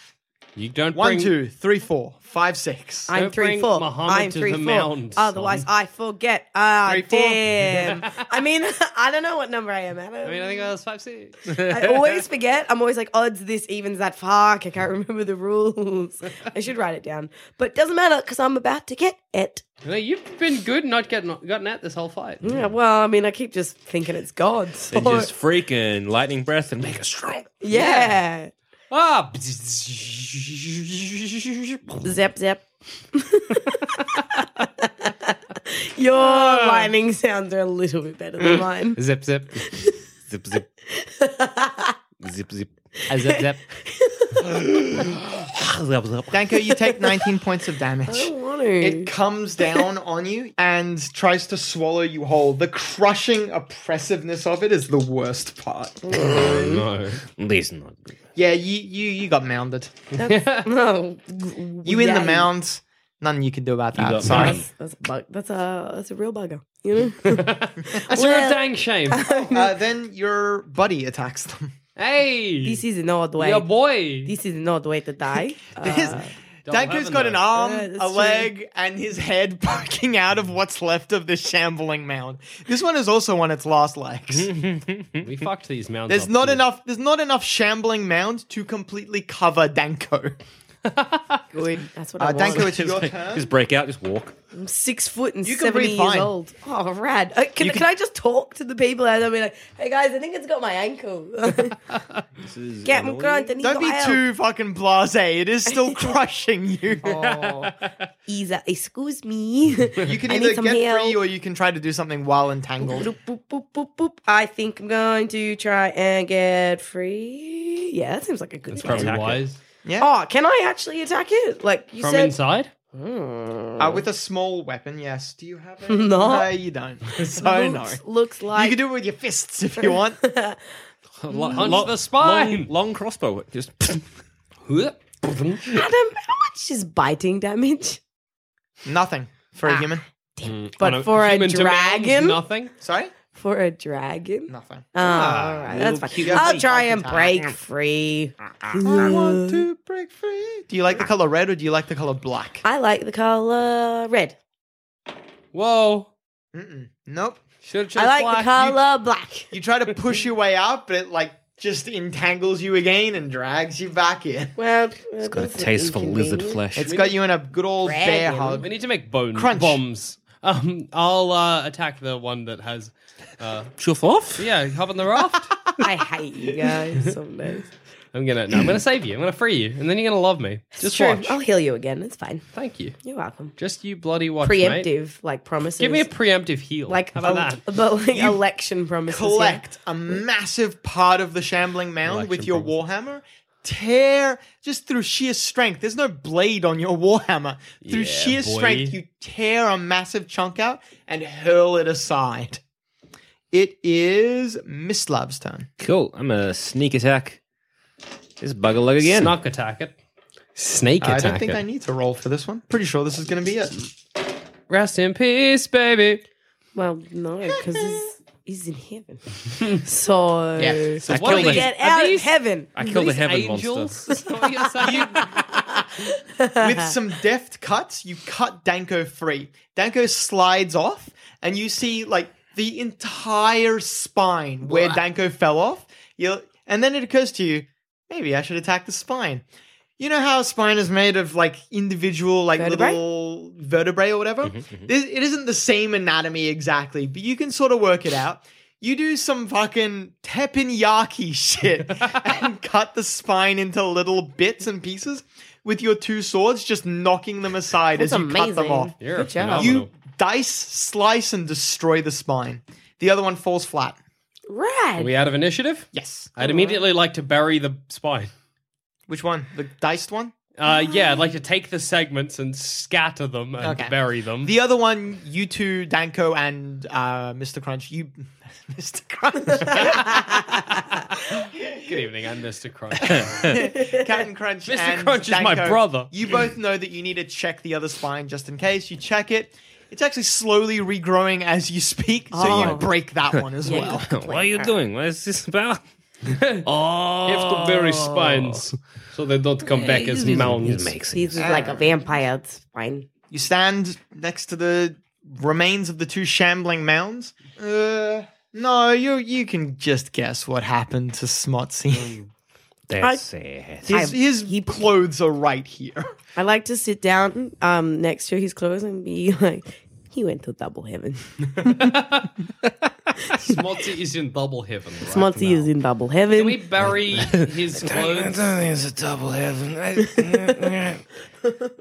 [SPEAKER 6] You don't
[SPEAKER 4] one,
[SPEAKER 6] bring
[SPEAKER 4] two, three, four, five, six.
[SPEAKER 2] I'm
[SPEAKER 6] Don't
[SPEAKER 2] three
[SPEAKER 6] bring
[SPEAKER 2] four.
[SPEAKER 6] Muhammad
[SPEAKER 2] I'm
[SPEAKER 6] to
[SPEAKER 2] three
[SPEAKER 6] the
[SPEAKER 2] four.
[SPEAKER 6] mound, son.
[SPEAKER 2] Otherwise, I forget. Ah,
[SPEAKER 4] Three, four.
[SPEAKER 6] [LAUGHS]
[SPEAKER 2] damn. I mean, [LAUGHS] I don't know what number I am at.
[SPEAKER 6] I mean, I think that was five six.
[SPEAKER 2] I
[SPEAKER 6] [LAUGHS]
[SPEAKER 2] always forget. I'm always like odds this evens that. Fuck, I can't remember the rules. I should write it down, but it doesn't matter because I'm about to get it.
[SPEAKER 6] No, You've been good not getting gotten at this whole fight.
[SPEAKER 2] Yeah, well, I mean, I keep just thinking it's God. so-
[SPEAKER 3] And just freaking lightning breath and make a strong.
[SPEAKER 2] [LAUGHS] yeah.
[SPEAKER 6] Ah,
[SPEAKER 2] Zep zep. Your
[SPEAKER 4] Ah.
[SPEAKER 2] lightning sounds are a little bit better
[SPEAKER 4] Mm.
[SPEAKER 2] than mine.
[SPEAKER 6] zip zip,
[SPEAKER 3] Zip, zip. zip, zip.
[SPEAKER 6] Ah, zip zip.
[SPEAKER 3] Zip, zip.
[SPEAKER 4] Danko, you
[SPEAKER 2] [LAUGHS]
[SPEAKER 4] take 19 points of damage.
[SPEAKER 2] I don't want to.
[SPEAKER 4] It comes down [LAUGHS] on you and tries to swallow you whole. The crushing oppressiveness of it is the worst part.
[SPEAKER 6] No,
[SPEAKER 5] [LAUGHS] This is not good.
[SPEAKER 4] Yeah, you you you got mounded.
[SPEAKER 2] no,
[SPEAKER 4] You in the
[SPEAKER 2] Yay.
[SPEAKER 4] mound. Nothing you can do about that.
[SPEAKER 3] got
[SPEAKER 4] Sorry.
[SPEAKER 3] mounded.
[SPEAKER 2] That's a bug. That's a that's a real bugger. You
[SPEAKER 4] [LAUGHS]
[SPEAKER 2] know.
[SPEAKER 6] [LAUGHS] that's your
[SPEAKER 2] [LAUGHS]
[SPEAKER 6] dang shame.
[SPEAKER 4] Uh, then your buddy attacks [LAUGHS] them.
[SPEAKER 6] hey,
[SPEAKER 2] this is an odd way.
[SPEAKER 6] your boy.
[SPEAKER 2] This is an odd way to die. Uh,
[SPEAKER 4] His- Danko's
[SPEAKER 6] haven't
[SPEAKER 4] got an
[SPEAKER 6] I?
[SPEAKER 4] arm,
[SPEAKER 2] Yeah, that's
[SPEAKER 4] a
[SPEAKER 2] true.
[SPEAKER 4] leg, and his head [LAUGHS] poking out of what's left of this shambling mound. This one is also on its last legs.
[SPEAKER 6] we fucked these mounds.
[SPEAKER 4] There's
[SPEAKER 6] up
[SPEAKER 4] not
[SPEAKER 6] too.
[SPEAKER 4] enough. There's not enough shambling mound to completely cover Danko.
[SPEAKER 2] Good. That's what I
[SPEAKER 4] Uh, [LAUGHS]
[SPEAKER 2] want.
[SPEAKER 4] Danko, it's your
[SPEAKER 3] Just, like,
[SPEAKER 4] turn.
[SPEAKER 3] just break out, just walk.
[SPEAKER 2] I'm six foot and
[SPEAKER 4] You can
[SPEAKER 2] seventy
[SPEAKER 4] breathe
[SPEAKER 2] years
[SPEAKER 4] fine.
[SPEAKER 2] old. Oh, rad. Uh, can, can, I just talk to the people and I'll be like, "Hey guys, I think it's got my ankle.
[SPEAKER 4] [LAUGHS]
[SPEAKER 2] Get him, Grant, and he
[SPEAKER 4] Don't
[SPEAKER 2] got
[SPEAKER 4] be
[SPEAKER 2] help.
[SPEAKER 4] too fucking blasé. It is
[SPEAKER 2] [LAUGHS]
[SPEAKER 4] still crushing you. [LAUGHS]
[SPEAKER 2] He's a- excuse me.
[SPEAKER 4] Oh. You can
[SPEAKER 2] [LAUGHS] I
[SPEAKER 4] either get
[SPEAKER 2] need some help.
[SPEAKER 4] free or you can try to do something while entangled.
[SPEAKER 2] Boop, boop, boop, boop, boop. I think I'm going to try and get free. Yeah, that seems like a good
[SPEAKER 6] That's
[SPEAKER 2] plan.
[SPEAKER 6] probably wise.
[SPEAKER 2] Oh, can I actually attack it? Like you
[SPEAKER 6] From
[SPEAKER 2] said,
[SPEAKER 6] inside.
[SPEAKER 4] Uh, with a small weapon, yes. Do you have
[SPEAKER 2] [LAUGHS]
[SPEAKER 4] it?
[SPEAKER 2] No.
[SPEAKER 4] No, you don't. [LAUGHS] So no.
[SPEAKER 2] looks, looks
[SPEAKER 4] You
[SPEAKER 2] like
[SPEAKER 4] can do it with your fists if you
[SPEAKER 2] [LAUGHS]
[SPEAKER 4] want.
[SPEAKER 2] Mm.
[SPEAKER 6] Punch the spine.
[SPEAKER 3] Long, long crossbow.
[SPEAKER 6] [LAUGHS]
[SPEAKER 3] Just
[SPEAKER 2] Adam. How much is biting damage?
[SPEAKER 4] Nothing for
[SPEAKER 2] Ah.
[SPEAKER 4] a human.
[SPEAKER 2] But
[SPEAKER 6] On
[SPEAKER 2] for a
[SPEAKER 6] human to mounds,
[SPEAKER 2] dragon,
[SPEAKER 6] nothing.
[SPEAKER 4] Sorry?
[SPEAKER 2] for a dragon.
[SPEAKER 4] Nothing.
[SPEAKER 2] Oh, all right, that's fine.
[SPEAKER 4] cute
[SPEAKER 2] I'll
[SPEAKER 4] little
[SPEAKER 2] try and
[SPEAKER 4] attack.
[SPEAKER 2] break free.
[SPEAKER 4] I want
[SPEAKER 2] Uh.
[SPEAKER 4] to break free. Do you
[SPEAKER 2] Ah.
[SPEAKER 4] like the color red or do you like the color black?
[SPEAKER 2] I like the color red.
[SPEAKER 6] Whoa.
[SPEAKER 4] Mm-mm. Nope.
[SPEAKER 6] Should have
[SPEAKER 2] I like the color black.
[SPEAKER 4] You try to push your way up, but it like just entangles you again and drags you back in.
[SPEAKER 2] Well, it's
[SPEAKER 5] Got a taste for lizard flesh.
[SPEAKER 4] It's got you in a good old bear
[SPEAKER 2] Dragon.
[SPEAKER 4] hug.
[SPEAKER 6] We need to make bone
[SPEAKER 4] Crunch.
[SPEAKER 6] bombs. Um, I'll uh, attack the one that has. Uh,
[SPEAKER 3] chuff off.
[SPEAKER 6] [LAUGHS] yeah, hop on the
[SPEAKER 2] [LAUGHS]
[SPEAKER 6] raft.
[SPEAKER 2] I hate you guys some days.
[SPEAKER 6] I'm gonna. No, I'm gonna save you. I'm gonna free you, and then you're gonna love me.
[SPEAKER 2] It's
[SPEAKER 6] Just
[SPEAKER 2] true.
[SPEAKER 6] watch.
[SPEAKER 2] I'll heal you again. It's fine.
[SPEAKER 6] Thank you.
[SPEAKER 2] You're welcome.
[SPEAKER 6] Just you bloody watch,
[SPEAKER 2] Preemptive,
[SPEAKER 6] mate.
[SPEAKER 2] like promises.
[SPEAKER 6] Give me a preemptive heal.
[SPEAKER 2] like,
[SPEAKER 6] how about
[SPEAKER 2] el-
[SPEAKER 6] that?
[SPEAKER 2] but like election promises. yeah.
[SPEAKER 4] collect a massive part of the shambling mound with your warhammer tear just through sheer strength there's no blade on your warhammer through
[SPEAKER 6] Yeah,
[SPEAKER 4] sheer
[SPEAKER 6] boy.
[SPEAKER 4] strength you tear a massive chunk out and hurl it aside it is mislav's turn
[SPEAKER 3] Cool. I'm a sneak attack. This bugger lug again.
[SPEAKER 6] Snuck attack it. Snake
[SPEAKER 4] i
[SPEAKER 6] attack
[SPEAKER 4] don't think
[SPEAKER 6] it.
[SPEAKER 4] i need to roll for this one pretty sure this is going to be it
[SPEAKER 6] Rest in peace, baby.
[SPEAKER 2] Well, no, because he's, he's in heaven.
[SPEAKER 6] [LAUGHS]
[SPEAKER 2] So,
[SPEAKER 4] Yeah.
[SPEAKER 6] So
[SPEAKER 3] I
[SPEAKER 6] what
[SPEAKER 3] killed
[SPEAKER 6] are
[SPEAKER 3] a-
[SPEAKER 6] these-
[SPEAKER 2] get
[SPEAKER 6] are
[SPEAKER 2] out
[SPEAKER 6] these-
[SPEAKER 2] of heaven.
[SPEAKER 3] I killed a
[SPEAKER 6] these
[SPEAKER 3] heaven
[SPEAKER 6] angels?
[SPEAKER 3] monster.
[SPEAKER 6] Is that
[SPEAKER 2] [LAUGHS]
[SPEAKER 6] what you're saying?
[SPEAKER 4] with some deft cuts, you cut Danko free. Danko slides off, and you see like the entire spine where Danko fell off. You and then it occurs to you, maybe I should attack the spine. You know how a spine is made of like individual like
[SPEAKER 2] Vertebrae?
[SPEAKER 4] little vertebrae or whatever. This- It isn't the same anatomy exactly, but you can sort of work it out. You do some fucking teppanyaki [LAUGHS] shit and cut the spine into little bits and pieces with your two swords, just knocking them aside
[SPEAKER 2] That's
[SPEAKER 4] as you
[SPEAKER 2] amazing.
[SPEAKER 4] cut them off.
[SPEAKER 6] You're
[SPEAKER 2] Good job.
[SPEAKER 6] phenomenal.
[SPEAKER 4] You dice, slice, and destroy the spine. The other one falls flat.
[SPEAKER 6] Are
[SPEAKER 2] Rad.
[SPEAKER 6] we out of initiative?
[SPEAKER 4] Yes.
[SPEAKER 6] I'd immediately like to bury the spine.
[SPEAKER 4] Which one? The diced one?
[SPEAKER 6] Uh, yeah, I'd like to take the segments and scatter them and
[SPEAKER 4] Okay.
[SPEAKER 6] bury them.
[SPEAKER 4] The other one, you two, Danko and uh, Mr. Crunch, you, [LAUGHS] Mr.
[SPEAKER 6] [LAUGHS]
[SPEAKER 4] Crunch,
[SPEAKER 6] Good evening, I'm Mr.
[SPEAKER 3] [LAUGHS]
[SPEAKER 6] Crunch.
[SPEAKER 4] Captain Crunch,
[SPEAKER 6] Mr.
[SPEAKER 4] and
[SPEAKER 6] Crunch is my
[SPEAKER 4] Danko,
[SPEAKER 6] brother.
[SPEAKER 4] You both know that you need to check the other spine just in case. You check it; it's actually slowly regrowing as you speak, so you
[SPEAKER 2] Oh.
[SPEAKER 4] break that one
[SPEAKER 6] [LAUGHS]
[SPEAKER 4] as well.
[SPEAKER 3] what are you doing? What is this about?
[SPEAKER 6] You have to bury spines so they don't come back as mounds. [LAUGHS]
[SPEAKER 2] This is like a vampire spine.
[SPEAKER 4] You stand next to the remains of the two shambling mounds. Uh, no, you you can just guess what happened to
[SPEAKER 6] Mm.
[SPEAKER 4] Smotsy.
[SPEAKER 3] That's it.
[SPEAKER 4] His,
[SPEAKER 2] I-
[SPEAKER 4] his
[SPEAKER 2] he-
[SPEAKER 4] clothes are right here.
[SPEAKER 2] I like to sit down um, next to his clothes and be like, he went to double heaven.
[SPEAKER 6] Smotsy is in double heaven. Right
[SPEAKER 2] Monty
[SPEAKER 6] now.
[SPEAKER 2] is in double heaven.
[SPEAKER 6] Can
[SPEAKER 3] [LAUGHS]
[SPEAKER 6] we bury his clothes?
[SPEAKER 5] it's a double heaven. I-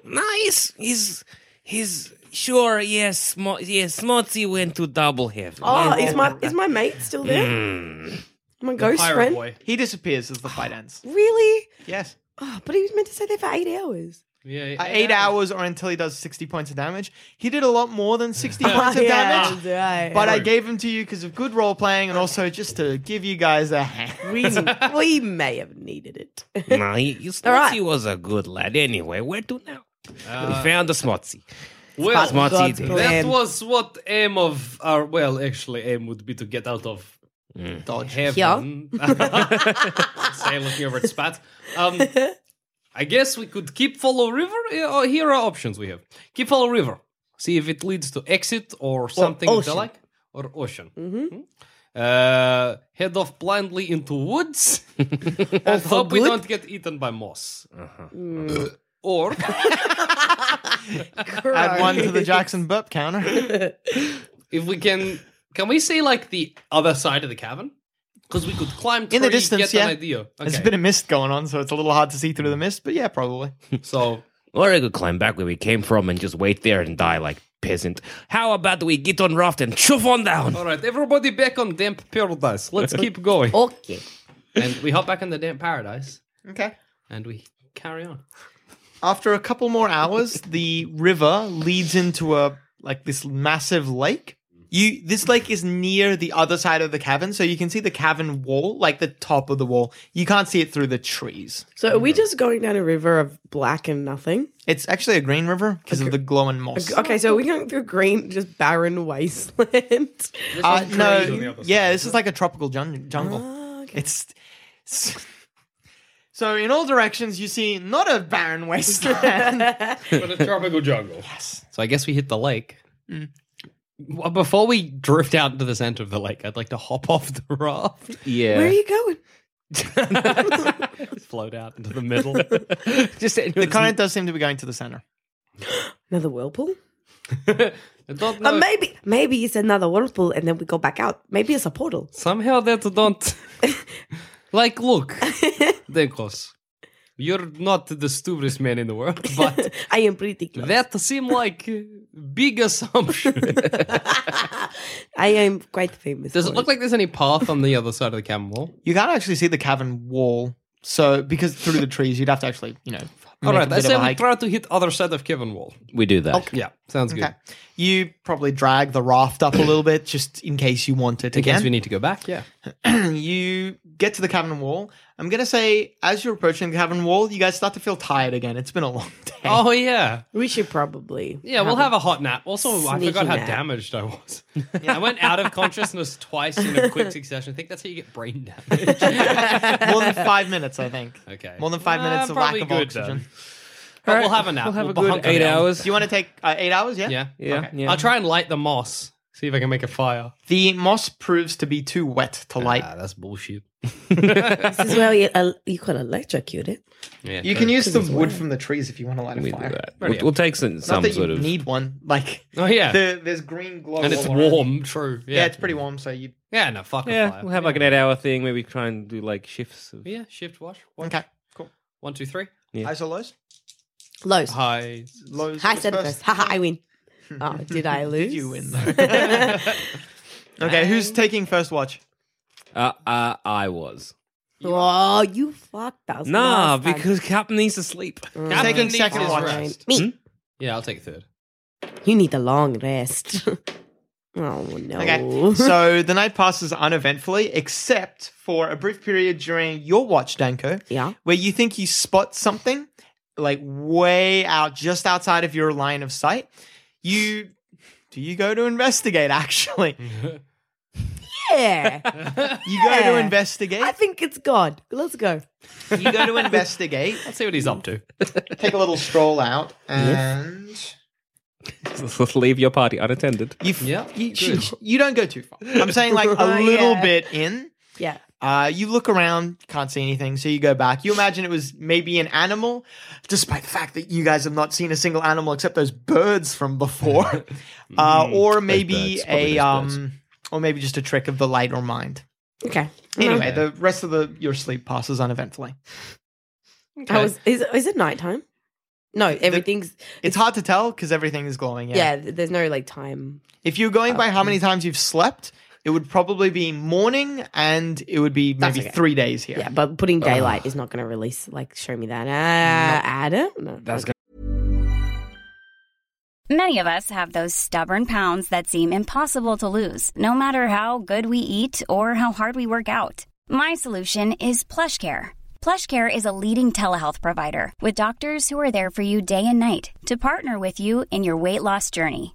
[SPEAKER 5] no, he's he's he's sure. Yes, Smo- yes, Smotsy went to double heaven.
[SPEAKER 2] oh, is my is my mate still there?
[SPEAKER 6] Hmm.
[SPEAKER 2] My ghost
[SPEAKER 6] Pirate
[SPEAKER 2] friend.
[SPEAKER 6] boy.
[SPEAKER 4] He disappears as the fight ends.
[SPEAKER 2] Really?
[SPEAKER 4] Yes.
[SPEAKER 2] Oh, but he was meant to stay there for eight
[SPEAKER 6] [LAUGHS]
[SPEAKER 2] hours.
[SPEAKER 6] Yeah,
[SPEAKER 4] Uh, eight hours or until he does 60 points of damage. He did a lot more than 60 points of damage,
[SPEAKER 2] right.
[SPEAKER 4] but I gave him to you because of good role playing and also just to give you guys a
[SPEAKER 2] [LAUGHS]
[SPEAKER 4] hand.
[SPEAKER 6] [LAUGHS]
[SPEAKER 2] we, we may have needed it.
[SPEAKER 5] no, he, he, Smotsy
[SPEAKER 2] right.
[SPEAKER 5] was a good lad. Anyway, where to now?
[SPEAKER 4] Uh,
[SPEAKER 5] we found the Smotsy.
[SPEAKER 6] Well,
[SPEAKER 5] Smotsy
[SPEAKER 2] God's
[SPEAKER 5] did.
[SPEAKER 2] plan.
[SPEAKER 6] that was what aim of our. Well, actually, aim would be to get out of
[SPEAKER 4] Dodge.
[SPEAKER 6] heaven. [LAUGHS] Say, looking over at Spat. Um, I guess we could keep follow river. eh, Or here are options we have: keep follow river, see if it leads to exit or something of the
[SPEAKER 2] ocean.
[SPEAKER 6] like, or ocean. Hmm? Uh, head off blindly into [LAUGHS] woods, and hope we don't get eaten by moss. Mm. Or
[SPEAKER 4] Add one to the Jackson burp counter.
[SPEAKER 6] if we can, can we say like the other side of the cavern? Because we could climb
[SPEAKER 4] In the
[SPEAKER 6] trees,
[SPEAKER 4] distance,
[SPEAKER 6] get
[SPEAKER 4] yeah.
[SPEAKER 6] an idea.
[SPEAKER 4] There's a
[SPEAKER 6] Okay.
[SPEAKER 4] bit of mist going on, so it's a little hard to see through the mist, but yeah, probably.
[SPEAKER 6] so
[SPEAKER 5] Or I could climb back where we came from and just wait there and die like peasant. How about we get on raft and shove on down?
[SPEAKER 6] All right, everybody back on damp
[SPEAKER 4] [LAUGHS]
[SPEAKER 6] paradise. Let's keep going.
[SPEAKER 2] Okay.
[SPEAKER 6] and we hop back on the damp paradise
[SPEAKER 4] Okay.
[SPEAKER 6] and we carry on.
[SPEAKER 4] After a couple more hours, the river leads into a like this massive lake. You this lake is near the other side of the cavern, so you can see the cavern wall, like the top of the wall. You can't see it through the trees.
[SPEAKER 2] So are we just going down a river of black and nothing?
[SPEAKER 4] It's actually a green river because of the glowing moss.
[SPEAKER 2] Okay, so are we going through green, just barren
[SPEAKER 6] [LAUGHS]
[SPEAKER 2] wasteland?
[SPEAKER 4] Uh,
[SPEAKER 6] trees on the
[SPEAKER 4] no,
[SPEAKER 6] other Ah,
[SPEAKER 4] yeah, this is like a tropical jun- jungle. It's. it's- [LAUGHS] so in all directions, you see not a barren
[SPEAKER 6] [LAUGHS]
[SPEAKER 4] wasteland.
[SPEAKER 6] But a tropical jungle. Yes. So I guess we hit the lake.
[SPEAKER 4] Mm.
[SPEAKER 6] Well, Before we drift out into the center of the lake, I'd like to hop off the
[SPEAKER 4] [LAUGHS]
[SPEAKER 6] raft,
[SPEAKER 2] Where are
[SPEAKER 3] Yeah.
[SPEAKER 2] you going?
[SPEAKER 6] float out into
[SPEAKER 4] [LAUGHS]
[SPEAKER 6] the middle.
[SPEAKER 5] Just
[SPEAKER 4] the current does seem to be going to the center.
[SPEAKER 2] Another whirlpool?
[SPEAKER 6] I don't
[SPEAKER 2] Uh,
[SPEAKER 6] know.
[SPEAKER 2] maybe, maybe it's another whirlpool, and then we go back out. Maybe it's a portal.
[SPEAKER 6] Somehow that [LAUGHS] don't like [LAUGHS] look, Denkos. You're not the stupidest man in the world, but
[SPEAKER 2] I am pretty close.
[SPEAKER 6] That seem like a big assumption.
[SPEAKER 2] I am quite famous.
[SPEAKER 6] [LAUGHS] Does it
[SPEAKER 2] for
[SPEAKER 6] look like there's any path on the other side of the cavern wall?
[SPEAKER 4] You can't actually see the cavern wall, so because through the trees, you'd have to actually, you know.
[SPEAKER 6] All
[SPEAKER 4] make a
[SPEAKER 6] right, I
[SPEAKER 4] bit of
[SPEAKER 6] say
[SPEAKER 4] a
[SPEAKER 6] we
[SPEAKER 4] hike.
[SPEAKER 6] try to hit other side of cavern wall.
[SPEAKER 5] We do that.
[SPEAKER 6] Yeah, sounds good.
[SPEAKER 4] Okay. You probably drag the raft up a little bit just in case you want it
[SPEAKER 6] In case
[SPEAKER 4] again.
[SPEAKER 6] we need to go back, yeah.
[SPEAKER 4] [CLEARS THROAT] you get to the cavern wall. I'm gonna say, as you're approaching the cavern wall, you guys start to feel tired again. It's been a long [LAUGHS] day.
[SPEAKER 6] Oh yeah,
[SPEAKER 2] We should probably.
[SPEAKER 6] yeah. We'll have a hot nap. Also, I
[SPEAKER 2] Sneaky
[SPEAKER 6] forgot how
[SPEAKER 2] nap.
[SPEAKER 6] damaged
[SPEAKER 4] [LAUGHS]
[SPEAKER 6] I was. I went out of consciousness twice in a quick succession. I think that's how you get brain
[SPEAKER 4] [LAUGHS]
[SPEAKER 6] damage.
[SPEAKER 4] More than five minutes, I think.
[SPEAKER 6] [LAUGHS] Okay.
[SPEAKER 4] More than five
[SPEAKER 6] Nah,
[SPEAKER 4] minutes of lack
[SPEAKER 6] probably
[SPEAKER 4] of
[SPEAKER 6] good
[SPEAKER 4] oxygen.
[SPEAKER 6] then. But we'll have a nap.
[SPEAKER 5] We'll have a
[SPEAKER 6] hunker
[SPEAKER 5] good eight
[SPEAKER 6] down.
[SPEAKER 5] hours.
[SPEAKER 4] Do you want to take uh, eight hours? Yeah.
[SPEAKER 6] Yeah,
[SPEAKER 5] yeah,
[SPEAKER 4] Okay.
[SPEAKER 5] yeah.
[SPEAKER 6] I'll try and light the moss. See if I can make a fire.
[SPEAKER 4] The moss proves to be too wet to light.
[SPEAKER 6] Ah, that's bullshit.
[SPEAKER 2] This is where you, uh, you could electrocute it.
[SPEAKER 6] Yeah,
[SPEAKER 4] you
[SPEAKER 6] sure.
[SPEAKER 4] can use the wood from the trees if you want to light a
[SPEAKER 5] We do
[SPEAKER 4] fire.
[SPEAKER 5] that.
[SPEAKER 6] Right,
[SPEAKER 5] We'll,
[SPEAKER 6] yeah.
[SPEAKER 5] we'll take some,
[SPEAKER 4] Not
[SPEAKER 5] some
[SPEAKER 4] that you
[SPEAKER 5] sort of.
[SPEAKER 4] need one. Like,
[SPEAKER 6] Oh yeah,
[SPEAKER 4] the, there's green glow.
[SPEAKER 6] and it's
[SPEAKER 4] all around.
[SPEAKER 6] warm. True.
[SPEAKER 4] Yeah. it's pretty warm, so you.
[SPEAKER 6] Yeah, no, fuck a
[SPEAKER 5] yeah,
[SPEAKER 6] fire.
[SPEAKER 5] we'll have like an eight-hour thing. Maybe try and do like shifts. Of...
[SPEAKER 6] yeah, shift wash. One,
[SPEAKER 4] Okay, cool.
[SPEAKER 6] one, two, three.
[SPEAKER 5] Yeah.
[SPEAKER 4] Highs or lows?
[SPEAKER 2] Lows.
[SPEAKER 6] Hi.
[SPEAKER 4] Lows.
[SPEAKER 2] I
[SPEAKER 4] was
[SPEAKER 2] said it first. Haha,
[SPEAKER 4] [LAUGHS]
[SPEAKER 2] I win. Oh, did I lose?
[SPEAKER 4] You win, though.
[SPEAKER 2] [LAUGHS]
[SPEAKER 4] okay, who's taking first watch?
[SPEAKER 5] Uh, uh, I was.
[SPEAKER 2] Oh, you fucked us.
[SPEAKER 5] Nah,
[SPEAKER 2] last time.
[SPEAKER 5] because Captain needs to sleep.
[SPEAKER 6] Captain
[SPEAKER 4] Taking
[SPEAKER 6] needs
[SPEAKER 4] second
[SPEAKER 6] his
[SPEAKER 4] watch.
[SPEAKER 6] rest.
[SPEAKER 2] me,
[SPEAKER 6] Yeah, I'll take third.
[SPEAKER 2] you need a long rest. [LAUGHS] oh no. [LAUGHS]
[SPEAKER 4] Okay. so the night passes uneventfully, except for a brief period during your watch, Danko.
[SPEAKER 2] Yeah.
[SPEAKER 4] Where you think you spot something, like way out, just outside of your line of sight. You do you go to investigate? Actually,
[SPEAKER 2] yeah,
[SPEAKER 4] you go to
[SPEAKER 2] Yeah.
[SPEAKER 4] investigate.
[SPEAKER 2] I think it's God. Let's go.
[SPEAKER 4] You [LAUGHS] go to investigate.
[SPEAKER 6] Let's see what he's up
[SPEAKER 5] [LAUGHS]
[SPEAKER 6] to.
[SPEAKER 4] Take a little stroll out, and
[SPEAKER 5] Leave your party unattended.
[SPEAKER 4] you f-
[SPEAKER 6] Yeah,
[SPEAKER 4] you,
[SPEAKER 6] good.
[SPEAKER 4] you don't go too far. I'm saying like a little
[SPEAKER 2] yeah.
[SPEAKER 4] bit in.
[SPEAKER 2] Yeah.
[SPEAKER 4] Uh, you look around, can't see anything, so you go back. You imagine it was maybe an animal, despite the fact that you guys have not seen a single animal except those birds from [LAUGHS] before, uh, or maybe
[SPEAKER 3] birds, probably
[SPEAKER 4] a
[SPEAKER 3] those birds.
[SPEAKER 4] um, or maybe just a trick of the light or mind.
[SPEAKER 2] Okay.
[SPEAKER 4] Anyway, the rest of the your sleep passes uneventfully.
[SPEAKER 2] I was. Is, is it nighttime? No, everything's.
[SPEAKER 4] It's hard to tell because everything is glowing. Yeah.
[SPEAKER 2] yeah. th there's no like time.
[SPEAKER 4] If you're going by how many times you've slept, it would probably be morning, and it would be maybe
[SPEAKER 2] okay.
[SPEAKER 4] three days here.
[SPEAKER 2] Yeah, but putting daylight is not going to release. Like, show me that. Uh, Adam. No,
[SPEAKER 4] [LAUGHS]
[SPEAKER 5] That's
[SPEAKER 2] okay.
[SPEAKER 7] Many of us have those stubborn pounds that seem impossible to lose, no matter how good we eat or how hard we work out. My solution is PlushCare. PlushCare is a leading telehealth provider with doctors who are there for you day and night to partner with you in your weight loss journey.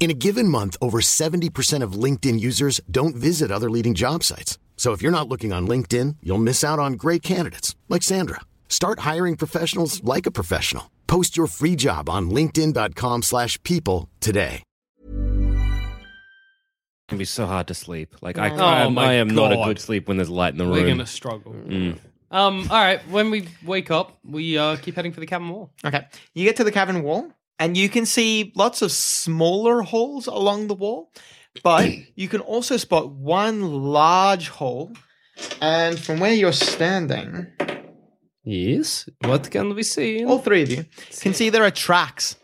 [SPEAKER 8] In a given month, over 70% of LinkedIn users don't visit other leading job sites. So if you're not looking on LinkedIn, you'll miss out on great candidates like Sandra. Start hiring professionals like a professional. Post your free job on linkedin.com/people slash people today.
[SPEAKER 5] It can be so hard to sleep. Like I,
[SPEAKER 2] Oh
[SPEAKER 5] I, am,
[SPEAKER 6] my
[SPEAKER 5] I am not a
[SPEAKER 6] God.
[SPEAKER 5] good sleep when there's light in the
[SPEAKER 6] We're
[SPEAKER 5] room.
[SPEAKER 6] gonna struggle. Um. All right. When we wake up, we uh, keep heading for the cabin wall.
[SPEAKER 4] Okay. You get to the cabin wall, and you can see lots of smaller holes along the wall, but you can also spot one large hole. And from where you're standing,
[SPEAKER 6] Yes. What can we see?
[SPEAKER 4] all three of you can see there are tracks.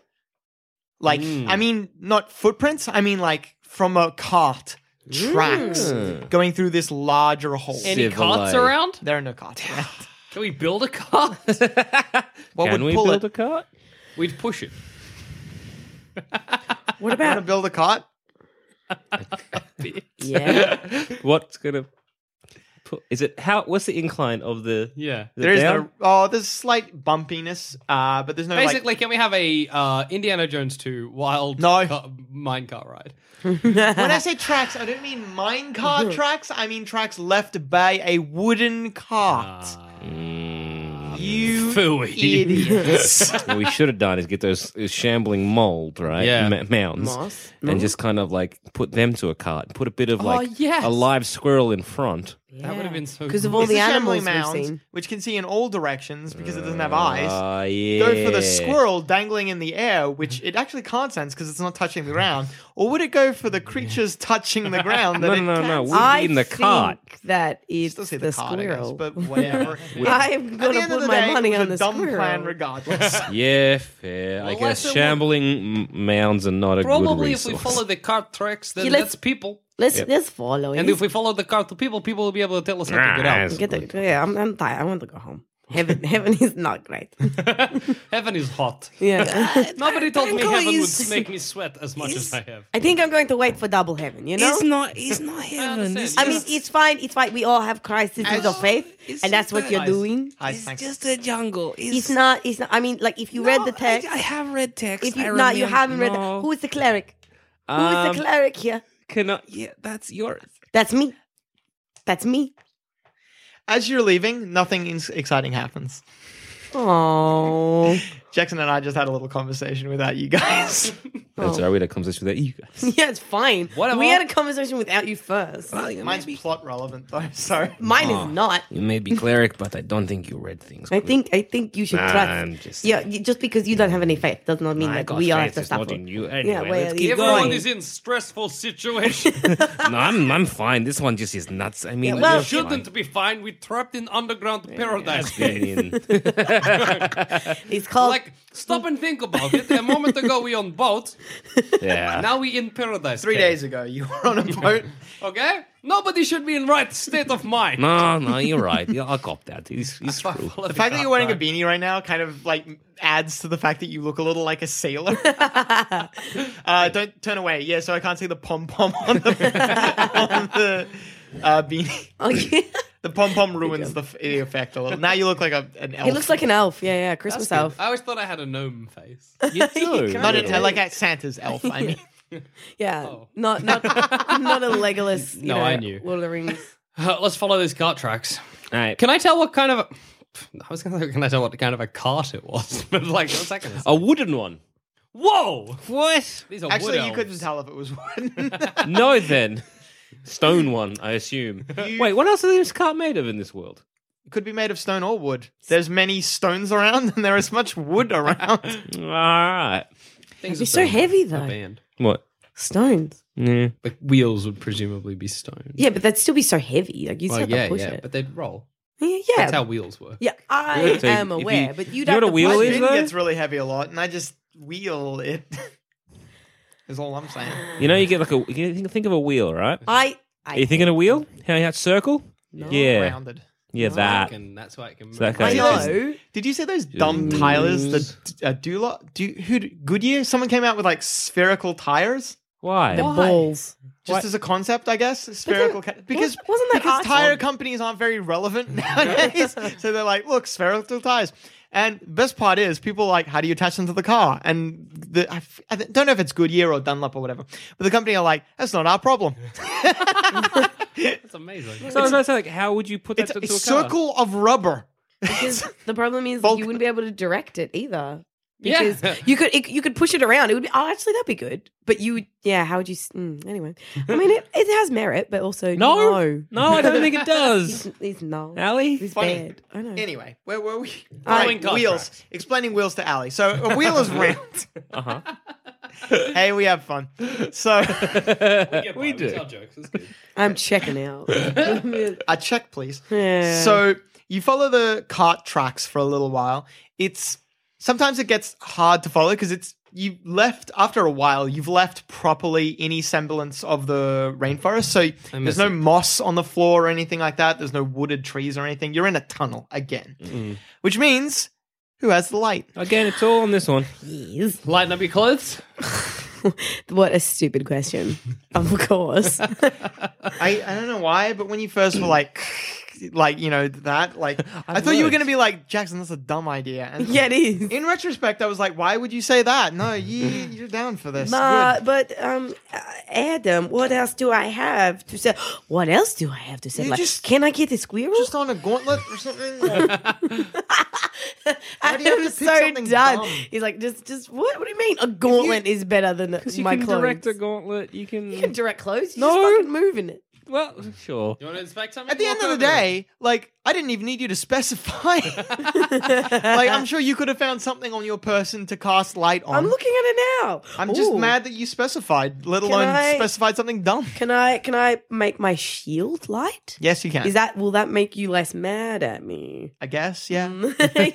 [SPEAKER 4] Like, I mean, not footprints, I mean, like from a cart, tracks going through this larger hole.
[SPEAKER 6] Any carts
[SPEAKER 5] Civilized.
[SPEAKER 6] around?
[SPEAKER 4] there are no carts. [LAUGHS]
[SPEAKER 6] Can we build a [LAUGHS] cart?
[SPEAKER 4] What
[SPEAKER 5] Can
[SPEAKER 4] would
[SPEAKER 5] we
[SPEAKER 4] pull
[SPEAKER 5] build
[SPEAKER 4] it?
[SPEAKER 5] a cart?
[SPEAKER 6] We'd push it.
[SPEAKER 2] What
[SPEAKER 4] Want to
[SPEAKER 2] about?
[SPEAKER 4] build a cart?
[SPEAKER 2] yeah.
[SPEAKER 5] What's gonna? Pu- is it how? What's the incline of the?
[SPEAKER 6] Yeah.
[SPEAKER 5] Is it
[SPEAKER 4] There is
[SPEAKER 5] down?
[SPEAKER 4] no, oh, there's slight bumpiness, uh, but there's no like,
[SPEAKER 6] Basically, can we have a uh, Indiana Jones 2 wild
[SPEAKER 4] No.
[SPEAKER 6] car- mine cart ride?
[SPEAKER 4] When I say tracks, I don't mean minecart tracks. I mean tracks left by a wooden cart.
[SPEAKER 5] Ah.
[SPEAKER 4] Mm.
[SPEAKER 5] Mm. [LAUGHS]
[SPEAKER 4] you
[SPEAKER 6] phooey.
[SPEAKER 4] idiots!
[SPEAKER 5] what we should have done is get those uh, shambling mold right
[SPEAKER 6] Yeah.
[SPEAKER 5] Ma- mounds
[SPEAKER 2] Moss. Mm-hmm. Oh,
[SPEAKER 5] and just kind of like put them to a cart put a bit of like
[SPEAKER 6] yes.
[SPEAKER 5] a live squirrel in front
[SPEAKER 6] That would have been so
[SPEAKER 2] Because of
[SPEAKER 6] good.
[SPEAKER 2] all
[SPEAKER 4] It's
[SPEAKER 2] the
[SPEAKER 4] shambling
[SPEAKER 2] animals we've seen.
[SPEAKER 4] which can see in all directions because it doesn't have eyes.
[SPEAKER 5] Ah, yeah.
[SPEAKER 4] Go for the squirrel dangling in the air, which it actually can't sense because it's not touching the ground. Or would it go for the creatures touching the ground? That
[SPEAKER 5] no
[SPEAKER 4] it
[SPEAKER 5] no no no
[SPEAKER 4] can't
[SPEAKER 5] we'd
[SPEAKER 4] see?
[SPEAKER 2] I
[SPEAKER 5] be in the
[SPEAKER 2] think
[SPEAKER 5] cart
[SPEAKER 2] that it's
[SPEAKER 4] Still
[SPEAKER 2] the,
[SPEAKER 4] say the, cart, I guess,
[SPEAKER 2] squirrel.
[SPEAKER 4] but whatever.
[SPEAKER 2] I'm
[SPEAKER 4] At the
[SPEAKER 2] gonna
[SPEAKER 4] end of
[SPEAKER 2] put
[SPEAKER 4] the
[SPEAKER 2] my
[SPEAKER 4] day,
[SPEAKER 2] money
[SPEAKER 4] it was
[SPEAKER 2] on
[SPEAKER 4] a
[SPEAKER 2] the
[SPEAKER 4] dumb
[SPEAKER 2] squirrel.
[SPEAKER 4] plan, [LAUGHS] regardless.
[SPEAKER 5] yeah fair i
[SPEAKER 6] Unless
[SPEAKER 5] guess
[SPEAKER 6] it
[SPEAKER 5] shambling m- mounds are not a good
[SPEAKER 6] Probably if
[SPEAKER 5] resource
[SPEAKER 6] we
[SPEAKER 5] [LAUGHS]
[SPEAKER 6] follow the cart tracks, then
[SPEAKER 2] Yeah, let's-
[SPEAKER 6] that's people.
[SPEAKER 2] Let's let's follow.
[SPEAKER 6] And if we follow the cart to people, people will be able to tell us how to get out.
[SPEAKER 5] Nice.
[SPEAKER 2] get the, yeah, I'm, I'm tired. I want to go home. Heaven, [LAUGHS] heaven is not great.
[SPEAKER 6] Heaven is hot.
[SPEAKER 2] Yeah.
[SPEAKER 6] Nobody told me
[SPEAKER 5] Danko
[SPEAKER 6] heaven would
[SPEAKER 5] is-
[SPEAKER 6] make me sweat as much as I have.
[SPEAKER 2] [LAUGHS] I think I'm going to wait for double heaven. You know.
[SPEAKER 5] it's not it's not heaven
[SPEAKER 6] understand.
[SPEAKER 5] it's
[SPEAKER 2] I mean,
[SPEAKER 5] just-
[SPEAKER 2] it's fine. It's fine. We all have crises of faith, and that's what you're doing.
[SPEAKER 4] I
[SPEAKER 5] it's
[SPEAKER 4] think-
[SPEAKER 5] just a jungle
[SPEAKER 2] It's not. It's not. I mean, like if you read the
[SPEAKER 5] No, I-
[SPEAKER 2] text,
[SPEAKER 5] I, have read text
[SPEAKER 2] if you
[SPEAKER 5] I
[SPEAKER 2] no, you
[SPEAKER 5] remember-
[SPEAKER 2] haven't read. The,
[SPEAKER 5] no.
[SPEAKER 2] who is the cleric? Who is
[SPEAKER 5] um,
[SPEAKER 2] the cleric here?
[SPEAKER 5] cannot yeah that's yours
[SPEAKER 2] That's me. That's me.
[SPEAKER 4] As you're leaving, nothing ins- exciting happens.
[SPEAKER 2] Oh,
[SPEAKER 4] [LAUGHS] Jackson and I just had a little conversation without you guys.
[SPEAKER 5] That's
[SPEAKER 2] oh.
[SPEAKER 5] how we had a conversation with you guys.
[SPEAKER 2] [LAUGHS] [LAUGHS] Yeah, it's fine.
[SPEAKER 6] What
[SPEAKER 2] we
[SPEAKER 6] am I-
[SPEAKER 2] had a conversation without you first.
[SPEAKER 4] Mine's plot relevant though. [LAUGHS] Sorry.
[SPEAKER 2] Mine is not.
[SPEAKER 5] You may be cleric, but I don't think you read things.
[SPEAKER 2] I
[SPEAKER 5] clearly.
[SPEAKER 2] think I think you should
[SPEAKER 5] Nah,
[SPEAKER 2] trust.
[SPEAKER 5] I'm just-
[SPEAKER 2] yeah, you, just because you don't have any faith does not mean
[SPEAKER 5] I
[SPEAKER 2] that
[SPEAKER 5] got
[SPEAKER 2] we are
[SPEAKER 5] faith,
[SPEAKER 2] the
[SPEAKER 5] it's not
[SPEAKER 2] sufferer.
[SPEAKER 5] in you. Anyway,
[SPEAKER 2] well,
[SPEAKER 5] let's
[SPEAKER 2] you-
[SPEAKER 5] keep
[SPEAKER 2] Everyone
[SPEAKER 5] going.
[SPEAKER 3] Everyone is in stressful situation.
[SPEAKER 5] no, I'm I'm fine. This one just is nuts. I mean,
[SPEAKER 2] Yeah, [LAUGHS] well,
[SPEAKER 5] it's fine.
[SPEAKER 3] Shouldn't be fine. We're trapped in underground paradise.
[SPEAKER 5] I mean,
[SPEAKER 2] It's called [LAUGHS]
[SPEAKER 3] like, stop and think about it. A moment ago we on boat.
[SPEAKER 5] yeah.
[SPEAKER 6] [LAUGHS]
[SPEAKER 3] Now we in paradise.
[SPEAKER 4] Three days ago, you were [LAUGHS] on a boat.
[SPEAKER 3] Okay? Nobody should be in right state of mind.
[SPEAKER 5] No, no, you're right. Yeah, I'll cop that. It's, it's true.
[SPEAKER 3] Fuck all of
[SPEAKER 4] The fact that
[SPEAKER 3] it.
[SPEAKER 4] you're wearing a beanie right now kind of like adds to the fact that you look a little like a [LAUGHS] sailor. uh, don't turn away. Yeah, so I can't see the pom pom [LAUGHS] on the, on the uh, beanie.
[SPEAKER 2] Oh, yeah.
[SPEAKER 4] The pom pom ruins the, f- the effect a little. Now you look like a, an elf.
[SPEAKER 2] he looks like an elf. Yeah, yeah, Christmas
[SPEAKER 3] That's good.
[SPEAKER 2] elf.
[SPEAKER 3] I always thought I had a gnome face.
[SPEAKER 5] [LAUGHS] You do.
[SPEAKER 4] not an, like a Santa's [LAUGHS] elf. I mean,
[SPEAKER 2] Yeah, not
[SPEAKER 3] [LAUGHS]
[SPEAKER 2] not not a Legolas.
[SPEAKER 3] [LAUGHS]
[SPEAKER 2] You
[SPEAKER 3] No,
[SPEAKER 2] know,
[SPEAKER 3] I knew.
[SPEAKER 2] Lord of the Rings.
[SPEAKER 3] Uh, let's follow these cart tracks.
[SPEAKER 5] All right.
[SPEAKER 3] Can I tell what kind of a... I was going to say, can I tell what kind of a cart it was? [LAUGHS] but like, what's that going to
[SPEAKER 5] A wooden one.
[SPEAKER 3] Whoa!
[SPEAKER 5] What?
[SPEAKER 3] These are wood
[SPEAKER 4] actually, you
[SPEAKER 3] elves.
[SPEAKER 4] couldn't tell if it was wooden.
[SPEAKER 3] [LAUGHS]
[SPEAKER 5] No, then. Stone one, I assume. Wait, what else is this cart made of in this world?
[SPEAKER 4] it could be made of stone or wood. There's many stones around, and there is much wood around.
[SPEAKER 5] All right.
[SPEAKER 3] Things
[SPEAKER 2] They're so heavy though.
[SPEAKER 3] Band.
[SPEAKER 5] What?
[SPEAKER 2] Stones.
[SPEAKER 5] Yeah.
[SPEAKER 3] The wheels would presumably be stone.
[SPEAKER 2] Yeah, but that'd still be so heavy. Like you
[SPEAKER 3] Well,
[SPEAKER 2] still have
[SPEAKER 3] yeah,
[SPEAKER 2] to push
[SPEAKER 3] yeah,
[SPEAKER 2] it.
[SPEAKER 3] but they'd roll.
[SPEAKER 2] yeah,
[SPEAKER 3] That's
[SPEAKER 2] yeah.
[SPEAKER 3] how wheels work.
[SPEAKER 2] Yeah, I
[SPEAKER 5] Yeah, so
[SPEAKER 2] am
[SPEAKER 5] if you-
[SPEAKER 2] aware, but
[SPEAKER 5] you
[SPEAKER 2] you'd
[SPEAKER 5] know
[SPEAKER 2] have
[SPEAKER 5] what a
[SPEAKER 2] to
[SPEAKER 5] wheel
[SPEAKER 2] push
[SPEAKER 4] My
[SPEAKER 5] is,
[SPEAKER 2] it.
[SPEAKER 4] bin
[SPEAKER 5] though?
[SPEAKER 4] gets really heavy a lot, and I just wheel it. [LAUGHS] is all I'm saying.
[SPEAKER 5] You know, you get like a. You think, think of a wheel, right?
[SPEAKER 2] I,
[SPEAKER 5] Are you
[SPEAKER 2] I,
[SPEAKER 5] thinking a wheel? How you circle? yeah.
[SPEAKER 4] Rounded.
[SPEAKER 5] Yeah, that.
[SPEAKER 3] And that's why it can move.
[SPEAKER 5] that
[SPEAKER 2] I
[SPEAKER 5] kind of thing.
[SPEAKER 2] know.
[SPEAKER 4] Did you see those dumb tires? The d- uh, Dula, do, who d- Goodyear? Someone came out with like spherical tires,
[SPEAKER 5] Why?
[SPEAKER 2] The balls.
[SPEAKER 4] just as a concept, I guess. Spherical ca- because
[SPEAKER 2] wasn't- wasn't that
[SPEAKER 4] because
[SPEAKER 2] awesome?
[SPEAKER 4] tire companies aren't very relevant nowadays. so they're like, look, spherical tires. And best part is, people are like, how do you attach them to the car? And the, I, f- I don't know if it's Goodyear or Dunlop or whatever, but the company are like, that's not our problem.
[SPEAKER 3] That's amazing.
[SPEAKER 5] So I was gonna say, like, how would you put that
[SPEAKER 4] It's
[SPEAKER 5] to
[SPEAKER 4] a,
[SPEAKER 5] a car?
[SPEAKER 4] circle of rubber.
[SPEAKER 2] Because the problem is
[SPEAKER 4] Bulk-
[SPEAKER 2] you wouldn't be able to direct it either.
[SPEAKER 3] [LAUGHS] Yeah.
[SPEAKER 2] Because you could it, you could push it around. It would be oh, actually that'd be good. But you would yeah. How would you? s- Mm, anyway, I mean it, it has merit, but also
[SPEAKER 5] No.
[SPEAKER 2] no,
[SPEAKER 5] No, I don't think it does.
[SPEAKER 2] It's, it's no.
[SPEAKER 5] Allie?
[SPEAKER 2] It's
[SPEAKER 4] Funny.
[SPEAKER 2] bad. I know.
[SPEAKER 4] Anyway, where were we?
[SPEAKER 3] Rolling
[SPEAKER 4] Right,
[SPEAKER 3] contracts.
[SPEAKER 4] wheels. Explaining wheels to Ali. So a wheel is round.
[SPEAKER 5] Uh-huh.
[SPEAKER 4] hey, we have fun. So
[SPEAKER 3] we do. tell jokes. It's good.
[SPEAKER 2] I'm checking
[SPEAKER 3] [LAUGHS]
[SPEAKER 2] out. [LAUGHS]
[SPEAKER 4] a check, please.
[SPEAKER 2] Yeah.
[SPEAKER 4] So you follow the cart tracks for a little while. It's sometimes it gets hard to follow because it's you left after a while. You've left properly any semblance of the rainforest. So there's no moss on the floor or anything like that. There's no wooded trees or anything. You're in a tunnel again, which means who has the light?
[SPEAKER 5] Again, it's all on this one.
[SPEAKER 2] Please.
[SPEAKER 3] Lighten up your clothes.
[SPEAKER 2] what a stupid [LAUGHS] question. Of [LAUGHS] course.
[SPEAKER 4] I, I don't know why, but when you first were like, [CLEARS THROAT] like you know that, like I, thought you were
[SPEAKER 5] learned.
[SPEAKER 4] gonna be like Jackson. That's a dumb idea. And
[SPEAKER 2] yeah, it is.
[SPEAKER 4] In retrospect, I was like, why would you say that? No, [LAUGHS] you, you're down for this.
[SPEAKER 2] Ma,
[SPEAKER 4] Good.
[SPEAKER 2] but um, uh, Adam, what else do I have to say? What else do I have to say?
[SPEAKER 4] You
[SPEAKER 2] Like,
[SPEAKER 4] just-
[SPEAKER 2] can I get a squirrel? [LAUGHS]
[SPEAKER 4] Just on a gauntlet or [LAUGHS] something. Like,
[SPEAKER 2] I
[SPEAKER 4] do you have
[SPEAKER 2] am
[SPEAKER 4] to pick
[SPEAKER 2] so
[SPEAKER 4] something
[SPEAKER 2] done.
[SPEAKER 4] dumb?
[SPEAKER 2] He's like, just, just what? What do you mean? A gauntlet is
[SPEAKER 4] [LAUGHS]
[SPEAKER 2] better than a,
[SPEAKER 5] You
[SPEAKER 2] my
[SPEAKER 5] can
[SPEAKER 2] clothes.
[SPEAKER 5] direct a gauntlet. You can.
[SPEAKER 2] you can direct clothes. You're
[SPEAKER 5] No.
[SPEAKER 2] just fucking moving it.
[SPEAKER 5] well,
[SPEAKER 2] Mm.
[SPEAKER 5] sure.
[SPEAKER 3] You want to inspect something?
[SPEAKER 4] At the
[SPEAKER 3] Walk
[SPEAKER 4] end of the
[SPEAKER 3] over there.
[SPEAKER 4] day, like I didn't even need you to [LAUGHS] specify. [LAUGHS] like I'm sure you could have found something on your person to cast light on.
[SPEAKER 2] I'm looking at it now.
[SPEAKER 4] Mm. I'm just
[SPEAKER 2] Ooh.
[SPEAKER 4] mad that you specified, let
[SPEAKER 2] Can
[SPEAKER 4] alone
[SPEAKER 2] I-
[SPEAKER 4] specified something dumb.
[SPEAKER 2] Can I? Can I make my shield light?
[SPEAKER 4] Yes, you can.
[SPEAKER 2] Is that will that make you less mad at me?
[SPEAKER 4] [LAUGHS]
[SPEAKER 2] [LAUGHS]
[SPEAKER 4] I guess, yeah.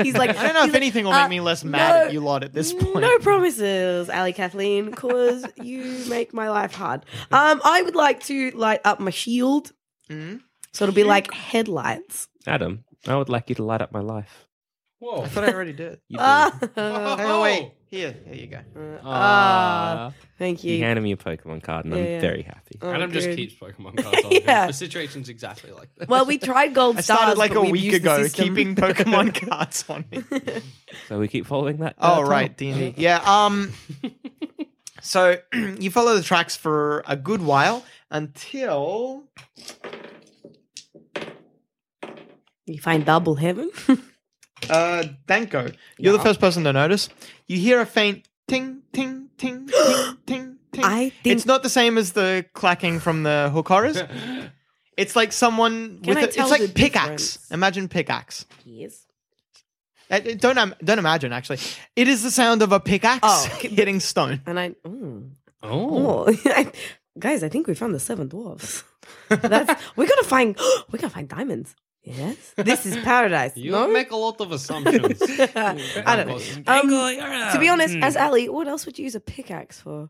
[SPEAKER 2] he's like,
[SPEAKER 4] I don't know
[SPEAKER 2] he's
[SPEAKER 4] if
[SPEAKER 2] like,
[SPEAKER 4] anything will
[SPEAKER 2] Mm.
[SPEAKER 4] make
[SPEAKER 2] uh,
[SPEAKER 4] me less mad
[SPEAKER 2] no.
[SPEAKER 4] at you lot at this point.
[SPEAKER 2] No promises, Ali Kathleen,
[SPEAKER 4] [LAUGHS]
[SPEAKER 2] because you make my life hard. Um, I would like to light up my shield.
[SPEAKER 4] Mhm.
[SPEAKER 2] So it'll be like headlights.
[SPEAKER 5] Adam, I would like you to light up my life.
[SPEAKER 3] Whoa.
[SPEAKER 4] I thought I already did.
[SPEAKER 5] You
[SPEAKER 2] Ah,
[SPEAKER 4] [LAUGHS]
[SPEAKER 2] [LAUGHS]
[SPEAKER 4] Oh, [LAUGHS] wait. Here, here you go.
[SPEAKER 2] ah, thank
[SPEAKER 5] He
[SPEAKER 2] you.
[SPEAKER 5] handed me a Pokemon card, and I'm
[SPEAKER 2] Yeah, yeah.
[SPEAKER 5] very happy.
[SPEAKER 2] Oh,
[SPEAKER 3] Adam just
[SPEAKER 2] good.
[SPEAKER 3] keeps Pokemon
[SPEAKER 2] [LAUGHS]
[SPEAKER 3] cards on
[SPEAKER 2] Yeah.
[SPEAKER 3] him. The situation's exactly like that.
[SPEAKER 2] Well, we tried
[SPEAKER 4] [LAUGHS]
[SPEAKER 2] gold
[SPEAKER 4] I
[SPEAKER 2] stars.
[SPEAKER 4] started like
[SPEAKER 2] but
[SPEAKER 4] a
[SPEAKER 2] we've
[SPEAKER 4] week
[SPEAKER 2] used the
[SPEAKER 4] ago
[SPEAKER 2] system.
[SPEAKER 4] keeping
[SPEAKER 2] [LAUGHS]
[SPEAKER 4] Pokemon [LAUGHS] cards on me.
[SPEAKER 5] So we keep following that. uh,
[SPEAKER 4] Oh
[SPEAKER 5] tunnel.
[SPEAKER 4] right, D and D. Yeah. Um. [LAUGHS] so [CLEARS THROAT] you follow the tracks for a good while until
[SPEAKER 2] You find double heaven.
[SPEAKER 4] uh
[SPEAKER 2] [GASPS]
[SPEAKER 4] Danko. You're the first person to notice. You hear a faint ting ting ting ting
[SPEAKER 2] I think
[SPEAKER 4] It's not the same as the clacking from the
[SPEAKER 2] [LAUGHS]
[SPEAKER 4] hookahs. It's like someone
[SPEAKER 2] Can
[SPEAKER 4] with
[SPEAKER 2] I
[SPEAKER 4] a,
[SPEAKER 2] tell
[SPEAKER 4] it's like
[SPEAKER 2] the
[SPEAKER 4] pickaxe.
[SPEAKER 2] difference?
[SPEAKER 4] Imagine pickaxe.
[SPEAKER 2] he is.
[SPEAKER 4] Uh, Don't im- don't imagine actually. It is the sound of a pickaxe
[SPEAKER 2] Oh.
[SPEAKER 4] [LAUGHS] hitting stone.
[SPEAKER 2] And I, ooh.
[SPEAKER 6] Oh.
[SPEAKER 2] oh, [LAUGHS] I- guys, I think we found the seven dwarfs.
[SPEAKER 4] [LAUGHS]
[SPEAKER 2] That's we gotta find. [GASPS] We gotta find diamonds. Yes, this
[SPEAKER 4] [LAUGHS]
[SPEAKER 2] is paradise.
[SPEAKER 6] You [LAUGHS]
[SPEAKER 2] no,
[SPEAKER 6] make a lot of
[SPEAKER 2] [LAUGHS]
[SPEAKER 6] assumptions.
[SPEAKER 2] I don't know. Um, to be
[SPEAKER 4] Mm.
[SPEAKER 2] honest, as Ali, what else would you use a pickaxe for?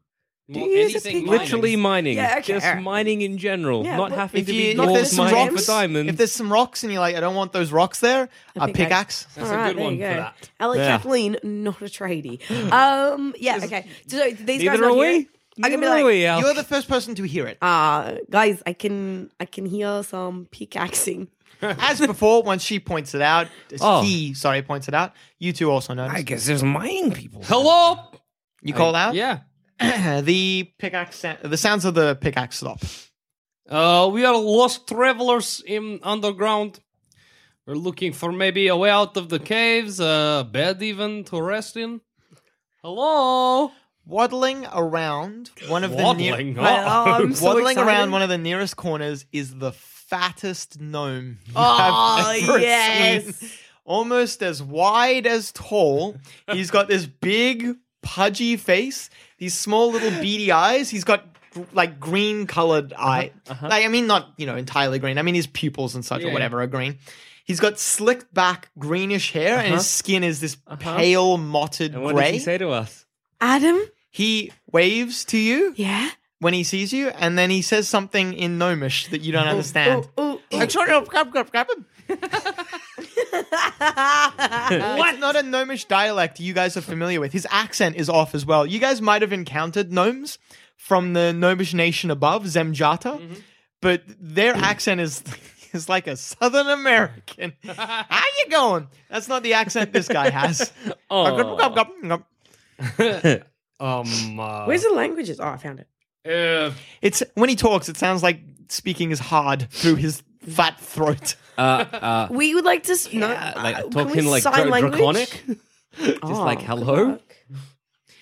[SPEAKER 2] Do you use a
[SPEAKER 6] anything
[SPEAKER 2] pickaxe?
[SPEAKER 3] Literally mining.
[SPEAKER 2] Yeah, okay,
[SPEAKER 3] Just
[SPEAKER 2] alright.
[SPEAKER 3] mining in general.
[SPEAKER 2] Yeah,
[SPEAKER 3] not
[SPEAKER 2] but-
[SPEAKER 3] having
[SPEAKER 4] If
[SPEAKER 3] to
[SPEAKER 4] you-
[SPEAKER 3] be
[SPEAKER 4] if
[SPEAKER 3] gold
[SPEAKER 4] there's some
[SPEAKER 3] mining
[SPEAKER 4] rocks-
[SPEAKER 3] for diamonds.
[SPEAKER 4] If there's some rocks and you're like, I don't want those rocks there,
[SPEAKER 2] A
[SPEAKER 4] a,
[SPEAKER 2] pickaxe.
[SPEAKER 4] pickaxe.
[SPEAKER 6] That's a good one for that.
[SPEAKER 2] Ali
[SPEAKER 3] Yeah.
[SPEAKER 2] Kathleen, not a tradie. Um, yeah, okay. So these guys
[SPEAKER 3] Neither
[SPEAKER 2] not
[SPEAKER 3] are
[SPEAKER 2] here.
[SPEAKER 3] we.
[SPEAKER 2] I can
[SPEAKER 3] Neither
[SPEAKER 2] be
[SPEAKER 3] are
[SPEAKER 2] like,
[SPEAKER 3] we, Al.
[SPEAKER 4] You're the first person to hear it.
[SPEAKER 2] Uh, guys, I can I can hear some pickaxing.
[SPEAKER 4] As before, once she points it out,
[SPEAKER 3] Oh.
[SPEAKER 4] he sorry points it out. You two also notice.
[SPEAKER 5] I guess there's mining people.
[SPEAKER 6] Hello?
[SPEAKER 4] you call out.
[SPEAKER 6] Yeah.
[SPEAKER 4] the pickaxe. sa- The sounds of the pickaxe stop.
[SPEAKER 6] Uh, we are lost travelers in underground. We're looking for maybe a way out of the caves, a bed even to rest in. Hello?
[SPEAKER 4] Waddling around one of the near-
[SPEAKER 6] Waddling.
[SPEAKER 2] Oh, I'm
[SPEAKER 4] [LAUGHS]
[SPEAKER 2] so
[SPEAKER 4] waddling
[SPEAKER 2] excited.
[SPEAKER 4] around one of the nearest corners is the fattest gnome you
[SPEAKER 2] Oh,
[SPEAKER 4] have ever
[SPEAKER 2] yes.
[SPEAKER 4] seen. Almost as wide as tall. He's got this big pudgy face, these small little beady eyes. He's got gr- like green colored eye. Like, I mean not, you know, entirely green. I mean his pupils and such
[SPEAKER 6] Yeah.
[SPEAKER 4] or whatever are green. He's got slicked back greenish hair and his skin is this pale mottled
[SPEAKER 3] and what
[SPEAKER 4] gray.
[SPEAKER 3] did he say to us?
[SPEAKER 2] Adam,
[SPEAKER 4] he waves to you
[SPEAKER 2] yeah.
[SPEAKER 4] when he sees you, and then he says something in gnomish that you don't understand.
[SPEAKER 2] Ooh, ooh.
[SPEAKER 4] Like, "Sorry, grab, grab, grab him." It's not a gnomish dialect you guys are familiar with. His accent is off as well. You guys might have encountered gnomes from the gnomish nation above, Zemjata, but their accent is [LAUGHS] is like a Southern American. How you going? That's not the accent this guy has. Grab, grab, grab, grab.
[SPEAKER 6] Um, uh,
[SPEAKER 2] Where's the languages? Oh, I found it.
[SPEAKER 6] uh,
[SPEAKER 4] It's when he talks, it sounds like speaking is hard through his fat
[SPEAKER 2] [LAUGHS]
[SPEAKER 4] throat.
[SPEAKER 2] We would like to s- no,
[SPEAKER 3] like
[SPEAKER 2] uh, can we
[SPEAKER 3] talking like
[SPEAKER 2] sign
[SPEAKER 3] dra-
[SPEAKER 2] language? [LAUGHS]
[SPEAKER 3] draconic. Just
[SPEAKER 2] Oh,
[SPEAKER 3] like
[SPEAKER 2] good
[SPEAKER 3] hello.
[SPEAKER 2] luck.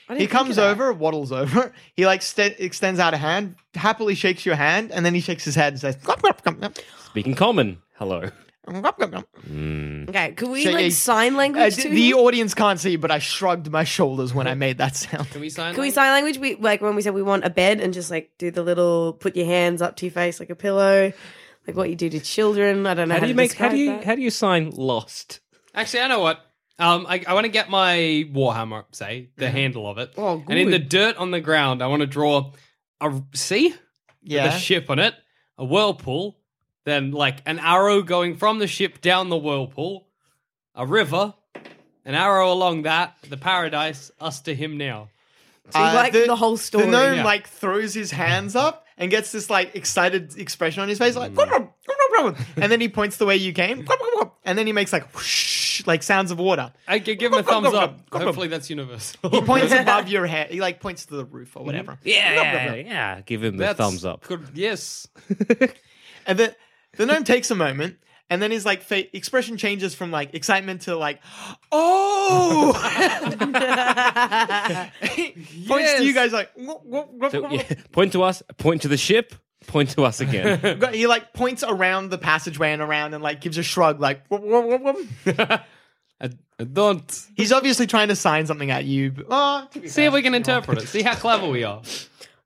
[SPEAKER 2] I didn't
[SPEAKER 4] He
[SPEAKER 2] think of
[SPEAKER 4] comes
[SPEAKER 2] that.
[SPEAKER 4] over, waddles over. [LAUGHS] He like st- extends out a hand, happily shakes your hand, and then he shakes his head and says, "Glup, glup, glup, glup,
[SPEAKER 3] Speaking common. Hello.
[SPEAKER 4] glup, glup, glup."
[SPEAKER 2] Okay, could we
[SPEAKER 4] Shake-
[SPEAKER 2] like sign
[SPEAKER 4] Uh,
[SPEAKER 2] language
[SPEAKER 4] d-
[SPEAKER 2] to
[SPEAKER 4] the
[SPEAKER 2] him?
[SPEAKER 4] audience can't see, but I shrugged my shoulders when I made that
[SPEAKER 2] [LAUGHS]
[SPEAKER 4] sound.
[SPEAKER 6] can we sign?
[SPEAKER 2] Can we
[SPEAKER 6] language?
[SPEAKER 2] sign language? We like when we said we want a bed and just like do the little put your hands up to your face like a pillow, like what you do to children. I don't know
[SPEAKER 3] How do
[SPEAKER 2] how, to
[SPEAKER 3] you make? How
[SPEAKER 2] describe
[SPEAKER 3] do you?
[SPEAKER 2] that.
[SPEAKER 3] How do you sign lost?
[SPEAKER 6] Actually, I know what. Um, I, I want to get my warhammer, say
[SPEAKER 4] Mm-hmm.
[SPEAKER 6] the handle of it,
[SPEAKER 2] Oh,
[SPEAKER 6] and in
[SPEAKER 2] good.
[SPEAKER 6] the dirt on the ground, I want to draw a sea,
[SPEAKER 4] Yeah,
[SPEAKER 6] the ship on it, a whirlpool, then like an arrow going from the ship down the whirlpool, a river, an arrow along that, the paradise, us to him now.
[SPEAKER 2] So you like the whole story.
[SPEAKER 4] Uh, The gnome
[SPEAKER 6] Yeah.
[SPEAKER 4] like throws his hands up and gets this like excited expression on his face, like, "Glup, glup, glup, glup, glup," and then he points the way you came, "Glup, glup, glup," and then he makes like whoosh, like sounds of water.
[SPEAKER 6] I can give him a
[SPEAKER 4] [LAUGHS]
[SPEAKER 6] thumbs up. Hopefully, that's universal.
[SPEAKER 4] He
[SPEAKER 6] [LAUGHS]
[SPEAKER 4] points above your head. He like points to the roof
[SPEAKER 6] Mm-hmm.
[SPEAKER 4] or whatever.
[SPEAKER 3] Yeah, yeah. Give him the
[SPEAKER 6] That's
[SPEAKER 3] thumbs up.
[SPEAKER 6] Good. Yes.
[SPEAKER 4] And then the gnome takes a moment, and then his like fa- expression changes from like excitement to like,
[SPEAKER 6] [LAUGHS]
[SPEAKER 4] oh, [LAUGHS] He points to you guys like, "Whoop, whoop, whoop,
[SPEAKER 3] So,
[SPEAKER 4] whoop,
[SPEAKER 3] yeah,
[SPEAKER 4] whoop."
[SPEAKER 3] point to us. Point to the ship. Point to us
[SPEAKER 5] [LAUGHS]
[SPEAKER 3] again.
[SPEAKER 4] he like points around the passageway and around and like gives a shrug like, "Whoop, whoop, whoop, whoop."
[SPEAKER 6] I, I don't.
[SPEAKER 4] he's obviously trying to sign something at you. but- oh, to be
[SPEAKER 6] See if we can interpret it. See how clever we are.
[SPEAKER 2] [LAUGHS]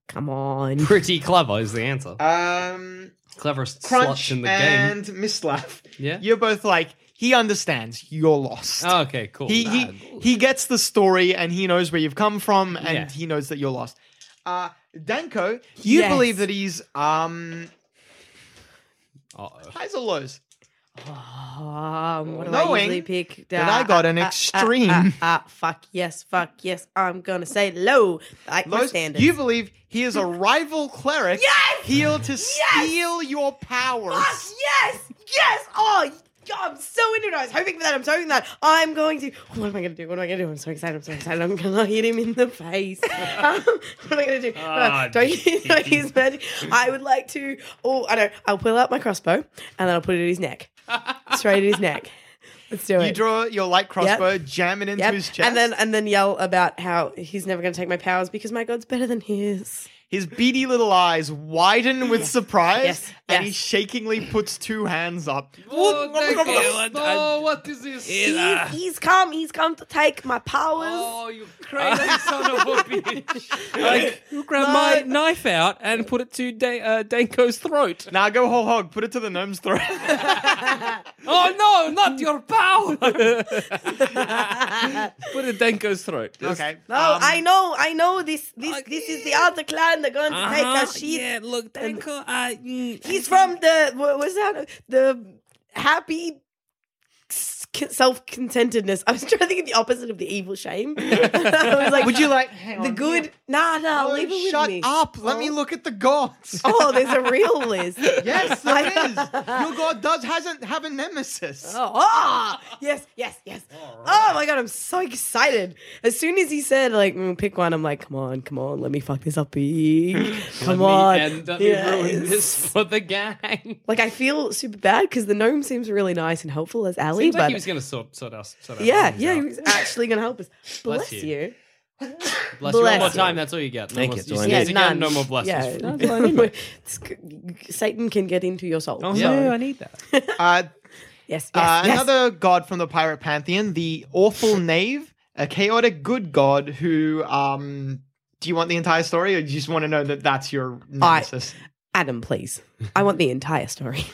[SPEAKER 2] Come on.
[SPEAKER 6] Pretty clever is the answer.
[SPEAKER 4] fair. um,
[SPEAKER 6] Cleverest
[SPEAKER 4] Crunch
[SPEAKER 6] sluts in the game.
[SPEAKER 4] and Mislav.
[SPEAKER 6] Yeah.
[SPEAKER 4] you're both like he understands. You're lost.
[SPEAKER 6] Oh, okay, cool.
[SPEAKER 4] he, he
[SPEAKER 6] Nah.
[SPEAKER 4] he gets the story and he knows where you've come from and
[SPEAKER 6] Yeah.
[SPEAKER 4] he knows that you're lost. Uh, Danko, you
[SPEAKER 2] Yes.
[SPEAKER 4] believe that he's um
[SPEAKER 6] Uh-oh.
[SPEAKER 4] highs or lows?
[SPEAKER 2] Um, what do I
[SPEAKER 4] Knowing
[SPEAKER 2] usually pick?
[SPEAKER 4] that I got an
[SPEAKER 2] Ah, ah, ah,
[SPEAKER 4] extreme.
[SPEAKER 2] ah, ah, fuck yes, fuck yes. I'm gonna say low. Like my
[SPEAKER 4] Lows.
[SPEAKER 2] standards.
[SPEAKER 4] You believe he is a rival cleric
[SPEAKER 2] Yes!
[SPEAKER 4] here to steal your powers.
[SPEAKER 2] Fuck yes, yes. Oh, God, I'm so into it. I was hoping for that. I'm so hoping that. I'm going to. What am I going to do? What am I going to do? I'm so excited. I'm so excited. I'm going to [LAUGHS] hit him in
[SPEAKER 4] [LAUGHS]
[SPEAKER 2] the face. um, what am I going to do?
[SPEAKER 4] Ah,
[SPEAKER 2] Uh, don't, [LAUGHS] use, don't use magic. I would like to. Oh, I don't. I'll pull out my crossbow and then I'll put it at his neck. Straight
[SPEAKER 4] [LAUGHS]
[SPEAKER 2] at his neck. Let's do it.
[SPEAKER 4] You draw your light crossbow, jam it into
[SPEAKER 2] Yep.
[SPEAKER 4] his chest,
[SPEAKER 2] And then and then yell about how he's never going to take my powers because my god's better than his.
[SPEAKER 4] His beady little eyes widen
[SPEAKER 2] [CLEARS THROAT]
[SPEAKER 4] with surprise,
[SPEAKER 2] Yes.
[SPEAKER 4] and he
[SPEAKER 2] Yes.
[SPEAKER 4] shakingly puts two hands up.
[SPEAKER 6] Oh, thank
[SPEAKER 5] God.
[SPEAKER 6] you. No, what is this?
[SPEAKER 5] Is-
[SPEAKER 3] uh.
[SPEAKER 2] He's, he's come. He's come to take my powers.
[SPEAKER 6] Oh, you
[SPEAKER 5] [LAUGHS]
[SPEAKER 6] crazy son of a bitch.
[SPEAKER 5] Like, you grab my knife out and put it to da- uh, Danko's throat.
[SPEAKER 4] Now go whole hog, put it to the gnome's
[SPEAKER 2] [LAUGHS]
[SPEAKER 4] throat.
[SPEAKER 5] [LAUGHS] Oh no, not your [LAUGHS] power! put it in Danko's throat.
[SPEAKER 4] okay.
[SPEAKER 2] No, Oh, I know, I know. This, this, this is the other clan. They're going to take
[SPEAKER 5] Uh-huh,
[SPEAKER 2] our sheep.
[SPEAKER 5] Yeah, look, Danko. I, mm,
[SPEAKER 2] He's from the what was that? The happy self contentedness. I was trying to think of the opposite of the evil [LAUGHS] shame. I was like,
[SPEAKER 4] Would you like hang
[SPEAKER 2] the
[SPEAKER 4] on.
[SPEAKER 2] good? Nah, nah.
[SPEAKER 4] Oh,
[SPEAKER 2] leave it with
[SPEAKER 4] shut
[SPEAKER 2] me.
[SPEAKER 4] up! Let me look at the gods.
[SPEAKER 2] Oh, there's a real list.
[SPEAKER 4] [LAUGHS] Yes,
[SPEAKER 2] [LAUGHS]
[SPEAKER 4] there is. Your god does hasn't have a nemesis.
[SPEAKER 2] Oh, ah! yes, yes, yes. Oh my god, I'm so excited. As soon as he said like mm, pick one, I'm like, come on, come on, let me fuck this up big. Come on.
[SPEAKER 6] And let
[SPEAKER 2] Yes.
[SPEAKER 6] me ruin this for the gang.
[SPEAKER 2] [LAUGHS] Like I feel super bad because the gnome seems really nice and helpful as Ali,
[SPEAKER 6] Seems
[SPEAKER 2] but
[SPEAKER 6] like he was going to sort, sort us. Sort our
[SPEAKER 2] yeah,
[SPEAKER 6] things
[SPEAKER 2] yeah, he
[SPEAKER 6] out.
[SPEAKER 2] was actually gonna help us. Bless,
[SPEAKER 6] Bless you.
[SPEAKER 2] you.
[SPEAKER 6] Bless you.
[SPEAKER 2] Bless
[SPEAKER 6] One more
[SPEAKER 2] you.
[SPEAKER 6] time, that's all you get. No
[SPEAKER 5] Thank
[SPEAKER 6] more,
[SPEAKER 5] you,
[SPEAKER 6] you
[SPEAKER 5] Joanne.
[SPEAKER 6] sneeze
[SPEAKER 5] Yeah,
[SPEAKER 6] again, no more blessings.
[SPEAKER 2] Yeah, that's what I [LAUGHS] mean. It's c- Satan can get into your soul.
[SPEAKER 5] Oh,
[SPEAKER 2] so-
[SPEAKER 5] no, I need that.
[SPEAKER 4] Uh,
[SPEAKER 2] Yes, yes,
[SPEAKER 4] uh,
[SPEAKER 2] yes.
[SPEAKER 4] Another god from the pirate pantheon, the awful knave, a chaotic good god who. Um, do you want the entire story, or do you just want to know that that's your nemesis?
[SPEAKER 2] Adam, please. I want the
[SPEAKER 4] [LAUGHS]
[SPEAKER 2] entire story.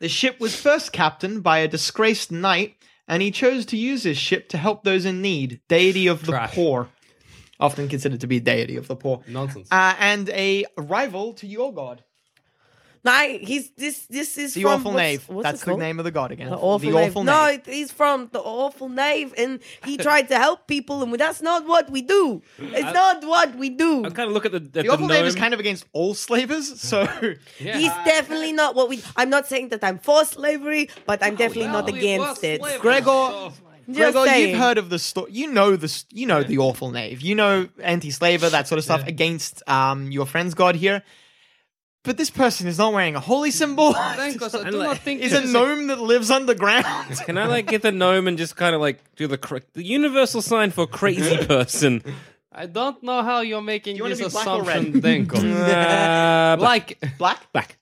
[SPEAKER 4] The ship was first captained by a disgraced knight, and he chose to use his ship to help those in need, deity of the
[SPEAKER 6] Trash.
[SPEAKER 4] poor, often considered to be deity of the poor,
[SPEAKER 6] Nonsense.
[SPEAKER 4] uh, and a rival to your god.
[SPEAKER 2] No, he's this. This is [LAUGHS]
[SPEAKER 4] The
[SPEAKER 2] from
[SPEAKER 4] awful
[SPEAKER 2] what's-
[SPEAKER 4] knave.
[SPEAKER 2] what's
[SPEAKER 4] that's
[SPEAKER 2] it
[SPEAKER 4] the
[SPEAKER 2] called?
[SPEAKER 4] name of the god again.
[SPEAKER 2] The awful, knave. No, he's from the awful knave, and he tried to help people, and that's not what we do. It's not what we do.
[SPEAKER 3] I kind of look at the, at
[SPEAKER 4] The awful
[SPEAKER 3] gnome.
[SPEAKER 4] knave is kind of against all slavers, so
[SPEAKER 7] [LAUGHS]
[SPEAKER 2] He's definitely
[SPEAKER 4] Oh,
[SPEAKER 2] not what we. I'm not saying that I'm for slavery, but I'm definitely
[SPEAKER 6] Well,
[SPEAKER 2] not
[SPEAKER 6] we
[SPEAKER 2] against
[SPEAKER 6] were
[SPEAKER 2] it.
[SPEAKER 4] [LAUGHS]
[SPEAKER 6] slavers,
[SPEAKER 4] Gregor-
[SPEAKER 6] so-
[SPEAKER 2] Just
[SPEAKER 4] Gregor,
[SPEAKER 2] saying.
[SPEAKER 4] you've heard of the story. You know the st- you know the awful knave. You know anti-slaver that sort of stuff against um your friend's god here. But this person is not wearing a holy symbol.
[SPEAKER 6] Thank
[SPEAKER 4] [LAUGHS]
[SPEAKER 6] us. I do
[SPEAKER 5] like-
[SPEAKER 6] not think
[SPEAKER 4] is
[SPEAKER 6] this
[SPEAKER 4] a gnome that lives underground.
[SPEAKER 5] [LAUGHS] Can I like get the gnome and just kind of like do the cra- the universal sign for [LAUGHS] crazy person?
[SPEAKER 6] I don't know how you're making
[SPEAKER 4] you wanna
[SPEAKER 6] this
[SPEAKER 4] be black or red?
[SPEAKER 6] assumption,
[SPEAKER 4] [LAUGHS]
[SPEAKER 6] Denko.
[SPEAKER 5] Uh,
[SPEAKER 6] [LAUGHS] like,
[SPEAKER 4] Black, black.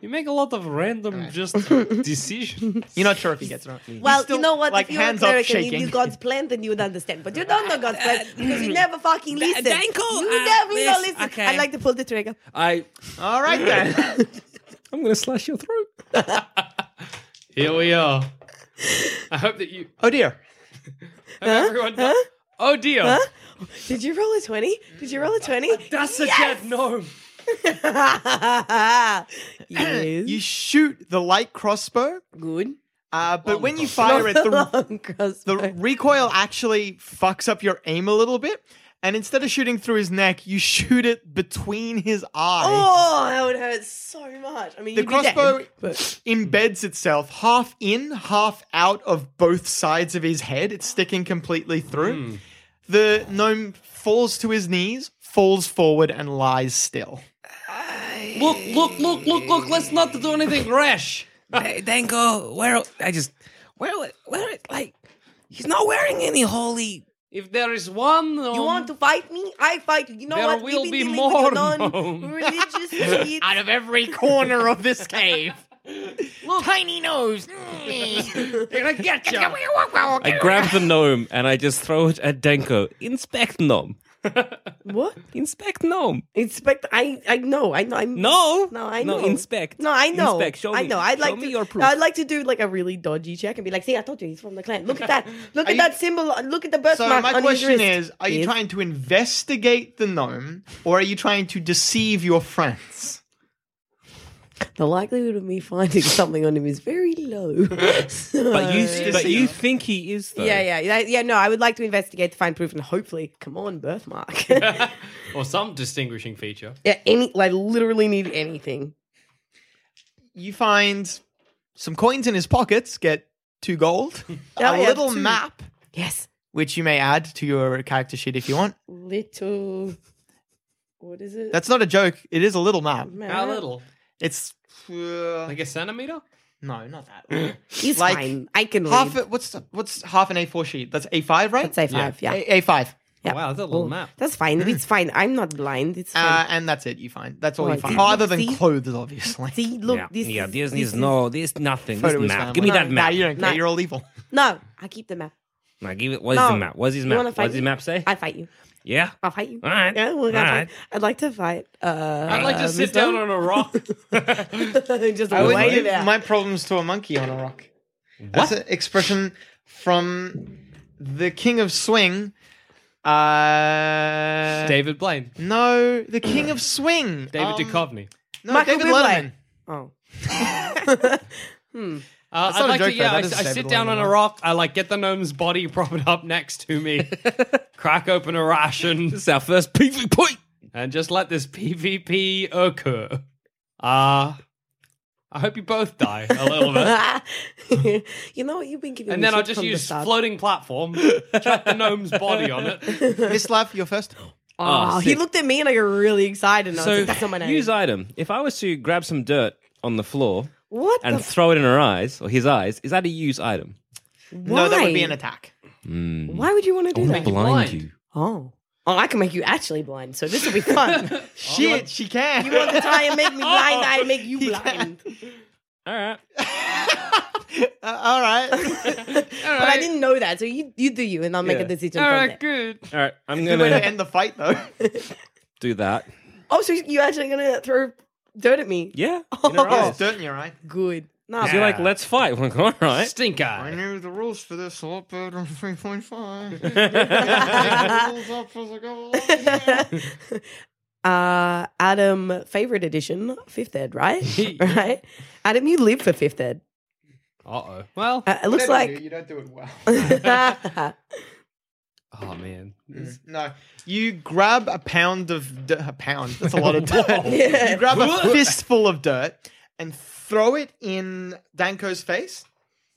[SPEAKER 6] you make a lot of random just
[SPEAKER 4] [LAUGHS]
[SPEAKER 6] decisions.
[SPEAKER 4] You're not sure if he gets it. or not. He's
[SPEAKER 2] Well,
[SPEAKER 4] still,
[SPEAKER 2] you know what?
[SPEAKER 4] Like
[SPEAKER 2] if you were a
[SPEAKER 4] hands up,
[SPEAKER 2] cleric and
[SPEAKER 4] shaking.
[SPEAKER 2] you knew God's plan, then you would understand. But you don't know God's
[SPEAKER 4] [LAUGHS]
[SPEAKER 2] plan because you never fucking listen.
[SPEAKER 5] Danko,
[SPEAKER 2] you
[SPEAKER 4] Ah,
[SPEAKER 5] uh,
[SPEAKER 2] definitely
[SPEAKER 5] yes,
[SPEAKER 2] don't listen.
[SPEAKER 5] okay.
[SPEAKER 2] I'd like to pull the trigger.
[SPEAKER 5] I
[SPEAKER 4] All right
[SPEAKER 2] [LAUGHS]
[SPEAKER 4] then.
[SPEAKER 5] I'm gonna slash your throat.
[SPEAKER 6] Here we are. I hope that you.
[SPEAKER 4] oh dear.
[SPEAKER 6] hope everyone does- Oh dear.
[SPEAKER 2] Did you roll a twenty? Did you roll a twenty?
[SPEAKER 6] That's a dead gnome.
[SPEAKER 2] yes.
[SPEAKER 4] You shoot the light crossbow,
[SPEAKER 2] good.
[SPEAKER 4] uh, but when you fire it, the
[SPEAKER 2] crossbow.
[SPEAKER 4] the recoil actually fucks up your aim a little bit. And instead of shooting through his neck, you [LAUGHS] shoot it between his eye.
[SPEAKER 2] Oh, that would hurt so much. I mean,
[SPEAKER 4] The
[SPEAKER 2] you'd be dead,
[SPEAKER 4] crossbow
[SPEAKER 2] but-
[SPEAKER 4] embeds itself half in, half out of both sides of his head. It's sticking completely through. The gnome falls to his knees, falls forward, and lies still.
[SPEAKER 6] Look, look, look, look, look. Let's not do
[SPEAKER 2] [LAUGHS]
[SPEAKER 6] anything rash.
[SPEAKER 5] Hey, Danko, where I just where where like he's not wearing any holy.
[SPEAKER 6] If there is one.
[SPEAKER 2] you want to fight me? I fight you. You know
[SPEAKER 6] There
[SPEAKER 2] what?
[SPEAKER 6] will be
[SPEAKER 2] dealing
[SPEAKER 6] more
[SPEAKER 2] with your non-religious shit.
[SPEAKER 4] Out of every
[SPEAKER 6] [LAUGHS]
[SPEAKER 4] corner of this [LAUGHS] cave.
[SPEAKER 5] Tiny
[SPEAKER 2] [LAUGHS]
[SPEAKER 6] [LAUGHS]
[SPEAKER 5] nose.
[SPEAKER 6] They're gonna get you.
[SPEAKER 5] I grab the gnome and I just throw it at Danko. Inspect gnome.
[SPEAKER 2] [LAUGHS] What?
[SPEAKER 5] Inspect gnome.
[SPEAKER 2] Inspect. I. I know. I know. I'm,
[SPEAKER 5] No.
[SPEAKER 2] No, I
[SPEAKER 5] No,
[SPEAKER 2] know.
[SPEAKER 5] inspect.
[SPEAKER 2] No, I know.
[SPEAKER 5] Inspect. Show
[SPEAKER 2] I
[SPEAKER 5] me.
[SPEAKER 2] know. I'd
[SPEAKER 5] Show
[SPEAKER 2] like
[SPEAKER 5] me
[SPEAKER 2] to.
[SPEAKER 5] your proof.
[SPEAKER 2] I'd like to do like a really dodgy check and be like, "See, I told you he's from the clan. Look at that. Look at
[SPEAKER 4] you-
[SPEAKER 2] that symbol. Look at the birthmark."
[SPEAKER 4] So my
[SPEAKER 2] on his
[SPEAKER 4] question
[SPEAKER 2] wrist."
[SPEAKER 4] is, are you
[SPEAKER 2] Yes.
[SPEAKER 4] trying to investigate the gnome or are you trying to deceive your friends?
[SPEAKER 2] the likelihood of me finding [LAUGHS] something on him is very low? So-
[SPEAKER 5] But you, but
[SPEAKER 4] see
[SPEAKER 5] you
[SPEAKER 4] it.
[SPEAKER 5] think he is though.
[SPEAKER 2] yeah, yeah, yeah, yeah. No, I would like to investigate to find proof and hopefully, come on, birthmark. yeah,
[SPEAKER 6] Or some distinguishing feature.
[SPEAKER 2] any. I literally need anything.
[SPEAKER 4] You find some coins in his pockets, get two
[SPEAKER 5] [LAUGHS]
[SPEAKER 4] gold,
[SPEAKER 2] Oh, Yeah,
[SPEAKER 4] a
[SPEAKER 2] I have
[SPEAKER 4] little
[SPEAKER 2] two.
[SPEAKER 4] map,
[SPEAKER 2] Yes,
[SPEAKER 4] which you may add to your character sheet if you want.
[SPEAKER 2] little. What is it?
[SPEAKER 4] That's not a joke. It is a little map.
[SPEAKER 2] Man,
[SPEAKER 6] How little?
[SPEAKER 4] It's uh,
[SPEAKER 6] Like a centimeter?
[SPEAKER 4] no, not
[SPEAKER 5] [CLEARS THROAT]
[SPEAKER 4] that.
[SPEAKER 2] He's
[SPEAKER 4] like
[SPEAKER 2] fine. [LAUGHS] I can
[SPEAKER 4] half
[SPEAKER 2] read.
[SPEAKER 4] a, what's what's half an A4 sheet? That's A5, right?
[SPEAKER 2] Let's say five. Yeah.
[SPEAKER 4] A- A5.
[SPEAKER 2] Yeah.
[SPEAKER 6] Wow, that's a little map.
[SPEAKER 2] That's fine. It's fine. I'm not blind. It's fine.
[SPEAKER 4] Uh, and that's it. You find that's all
[SPEAKER 2] Oh, I
[SPEAKER 4] you find,
[SPEAKER 2] see.
[SPEAKER 4] Oh, other than
[SPEAKER 2] See?
[SPEAKER 4] clothes, obviously.
[SPEAKER 2] See, look,
[SPEAKER 5] yeah,
[SPEAKER 2] this
[SPEAKER 5] yeah.
[SPEAKER 2] is-
[SPEAKER 5] This,
[SPEAKER 2] this
[SPEAKER 5] is no. This nothing. This
[SPEAKER 4] Photo is
[SPEAKER 5] map.
[SPEAKER 4] fine.
[SPEAKER 5] Give me
[SPEAKER 4] No,
[SPEAKER 5] that map.
[SPEAKER 4] Nah, you don't care.
[SPEAKER 2] No.
[SPEAKER 4] You're all evil.
[SPEAKER 2] No, I keep the map.
[SPEAKER 5] Nah, give it. What is
[SPEAKER 2] No.
[SPEAKER 5] the map? What is his
[SPEAKER 2] You
[SPEAKER 5] map?
[SPEAKER 2] wanna
[SPEAKER 5] What
[SPEAKER 2] fight
[SPEAKER 5] does his
[SPEAKER 2] me?
[SPEAKER 5] map say?
[SPEAKER 2] I'd fight you.
[SPEAKER 5] yeah.
[SPEAKER 2] I'll fight you.
[SPEAKER 5] All right.
[SPEAKER 2] Yeah, we'll
[SPEAKER 5] All
[SPEAKER 2] go fight.
[SPEAKER 5] right.
[SPEAKER 2] I'd like to fight. Uh,
[SPEAKER 6] I'd like to sit down on a rock.
[SPEAKER 2] just
[SPEAKER 4] I would
[SPEAKER 2] wait it
[SPEAKER 4] leave
[SPEAKER 2] out.
[SPEAKER 4] my problems to a monkey on a rock. That's an expression from the King of Swing. Uh,
[SPEAKER 6] David Blaine.
[SPEAKER 4] No, the King of Swing.
[SPEAKER 6] David
[SPEAKER 4] Um,
[SPEAKER 6] Duchovny.
[SPEAKER 4] No,
[SPEAKER 2] Michael
[SPEAKER 4] David
[SPEAKER 2] Bublé.
[SPEAKER 4] Letterman.
[SPEAKER 2] oh,
[SPEAKER 6] Uh,
[SPEAKER 4] That's
[SPEAKER 6] I'd
[SPEAKER 4] not a
[SPEAKER 6] like to,
[SPEAKER 4] joke, though.
[SPEAKER 6] yeah, I,
[SPEAKER 4] That is
[SPEAKER 6] I sit
[SPEAKER 4] David
[SPEAKER 6] down on
[SPEAKER 4] Blaine.
[SPEAKER 6] a rock. I like get the gnome's body propped up next
[SPEAKER 4] [LAUGHS]
[SPEAKER 6] to me, crack open a ration,
[SPEAKER 5] This is our first PV point.
[SPEAKER 6] and just let this PvP occur. Uh, I hope you both die a little
[SPEAKER 4] [LAUGHS]
[SPEAKER 6] bit.
[SPEAKER 2] you know what you've been giving.
[SPEAKER 6] And
[SPEAKER 2] me
[SPEAKER 6] then I'll
[SPEAKER 2] shit
[SPEAKER 6] just
[SPEAKER 2] from the
[SPEAKER 6] use
[SPEAKER 2] start.
[SPEAKER 6] floating platform, chuck the gnome's body on
[SPEAKER 4] [LAUGHS]
[SPEAKER 6] it.
[SPEAKER 4] Miss Love, you're
[SPEAKER 2] [LAUGHS]
[SPEAKER 4] first.
[SPEAKER 2] Oh,
[SPEAKER 5] Ah,
[SPEAKER 2] he
[SPEAKER 5] sick.
[SPEAKER 2] looked at me and I got really excited. And I was
[SPEAKER 5] So
[SPEAKER 2] like, that's not my name.
[SPEAKER 5] use item. If I was to grab some dirt on the floor
[SPEAKER 2] what?
[SPEAKER 5] and
[SPEAKER 2] the
[SPEAKER 5] throw it in her eyes or his eyes, is that a use item?
[SPEAKER 4] No, that would be
[SPEAKER 2] why?
[SPEAKER 4] an attack.
[SPEAKER 2] Why would you want to do
[SPEAKER 5] blind,
[SPEAKER 2] that?
[SPEAKER 6] blind.
[SPEAKER 5] you.
[SPEAKER 2] Oh. Oh, I can make you actually blind, so this will be fun.
[SPEAKER 6] Oh,
[SPEAKER 4] Shit, she can.
[SPEAKER 2] you want to try and make me blind, I make you blind.
[SPEAKER 5] All right.
[SPEAKER 4] Uh, all
[SPEAKER 2] [LAUGHS]
[SPEAKER 4] right. [LAUGHS]
[SPEAKER 2] But I didn't know that, so you you do you, and I'll make
[SPEAKER 5] Yeah.
[SPEAKER 2] a decision
[SPEAKER 6] All
[SPEAKER 2] from
[SPEAKER 6] right,
[SPEAKER 2] there.
[SPEAKER 6] good.
[SPEAKER 5] All right. I'm
[SPEAKER 4] Good way to
[SPEAKER 5] gonna
[SPEAKER 4] end the fight,
[SPEAKER 2] [LAUGHS]
[SPEAKER 4] though.
[SPEAKER 5] do that.
[SPEAKER 2] Oh, so you're actually gonna throw dirt at me? [LAUGHS]
[SPEAKER 5] Yeah. In her
[SPEAKER 4] Oh,
[SPEAKER 5] eyes.
[SPEAKER 4] it's dirt in your eye.
[SPEAKER 2] Good. No,
[SPEAKER 5] 'Cause You're like, let's fight. [LAUGHS] We're like, all right.
[SPEAKER 6] Stink
[SPEAKER 4] I
[SPEAKER 6] eye.
[SPEAKER 4] knew the rules for this a lot better than [LAUGHS]
[SPEAKER 2] [LAUGHS]
[SPEAKER 4] 3.5. I picked the rules up as I go along.
[SPEAKER 2] [LAUGHS] uh, Adam, favorite edition, fifth ed, right? right? Adam, you live for fifth ed.
[SPEAKER 6] Uh oh. Well,
[SPEAKER 2] Uh, it looks
[SPEAKER 4] Better you,
[SPEAKER 2] like.
[SPEAKER 4] you don't do it well.
[SPEAKER 2] [LAUGHS]
[SPEAKER 6] oh man.
[SPEAKER 4] No, you grab a pound of di- a pound. That's a lot of
[SPEAKER 2] [LAUGHS]
[SPEAKER 4] dirt. You grab a fistful of dirt and throw it in Danko's face.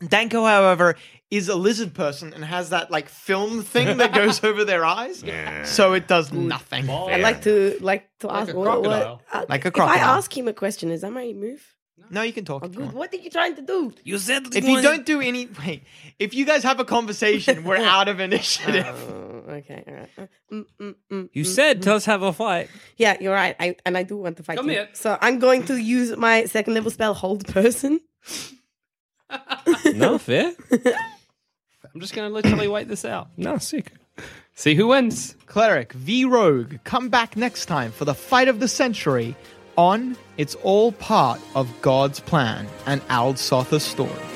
[SPEAKER 4] Danko, however, is a lizard person and has that like film thing
[SPEAKER 2] [LAUGHS]
[SPEAKER 4] that goes over their eyes, so it does nothing.
[SPEAKER 2] I'd like to like to ask
[SPEAKER 6] a
[SPEAKER 2] what, what-
[SPEAKER 6] crocodile.
[SPEAKER 2] uh,
[SPEAKER 4] Like a
[SPEAKER 2] If
[SPEAKER 4] crocodile.
[SPEAKER 2] I ask him a question, is that my move?
[SPEAKER 4] No, you can talk.
[SPEAKER 2] Oh,
[SPEAKER 4] if you
[SPEAKER 2] good.
[SPEAKER 4] want.
[SPEAKER 2] What are you trying to do?
[SPEAKER 5] You said
[SPEAKER 4] If you don't do any, wait. If you guys have a conversation,
[SPEAKER 2] [LAUGHS]
[SPEAKER 4] we're out of initiative.
[SPEAKER 2] Oh, okay, all right. Uh, mm, mm, mm.
[SPEAKER 5] You said tell us have a
[SPEAKER 2] [LAUGHS]
[SPEAKER 5] fight.
[SPEAKER 2] Yeah, you're right. I and I do want to fight
[SPEAKER 6] Come
[SPEAKER 2] you.
[SPEAKER 6] here.
[SPEAKER 2] So I'm going to use my second level spell, hold person.
[SPEAKER 5] No fair.
[SPEAKER 6] I'm just gonna literally wait this out.
[SPEAKER 5] No sick.
[SPEAKER 6] See who wins.
[SPEAKER 4] Cleric v Rogue, come back next time for the fight of the century on It's All Part of God's Plan, an Owl Sotha story.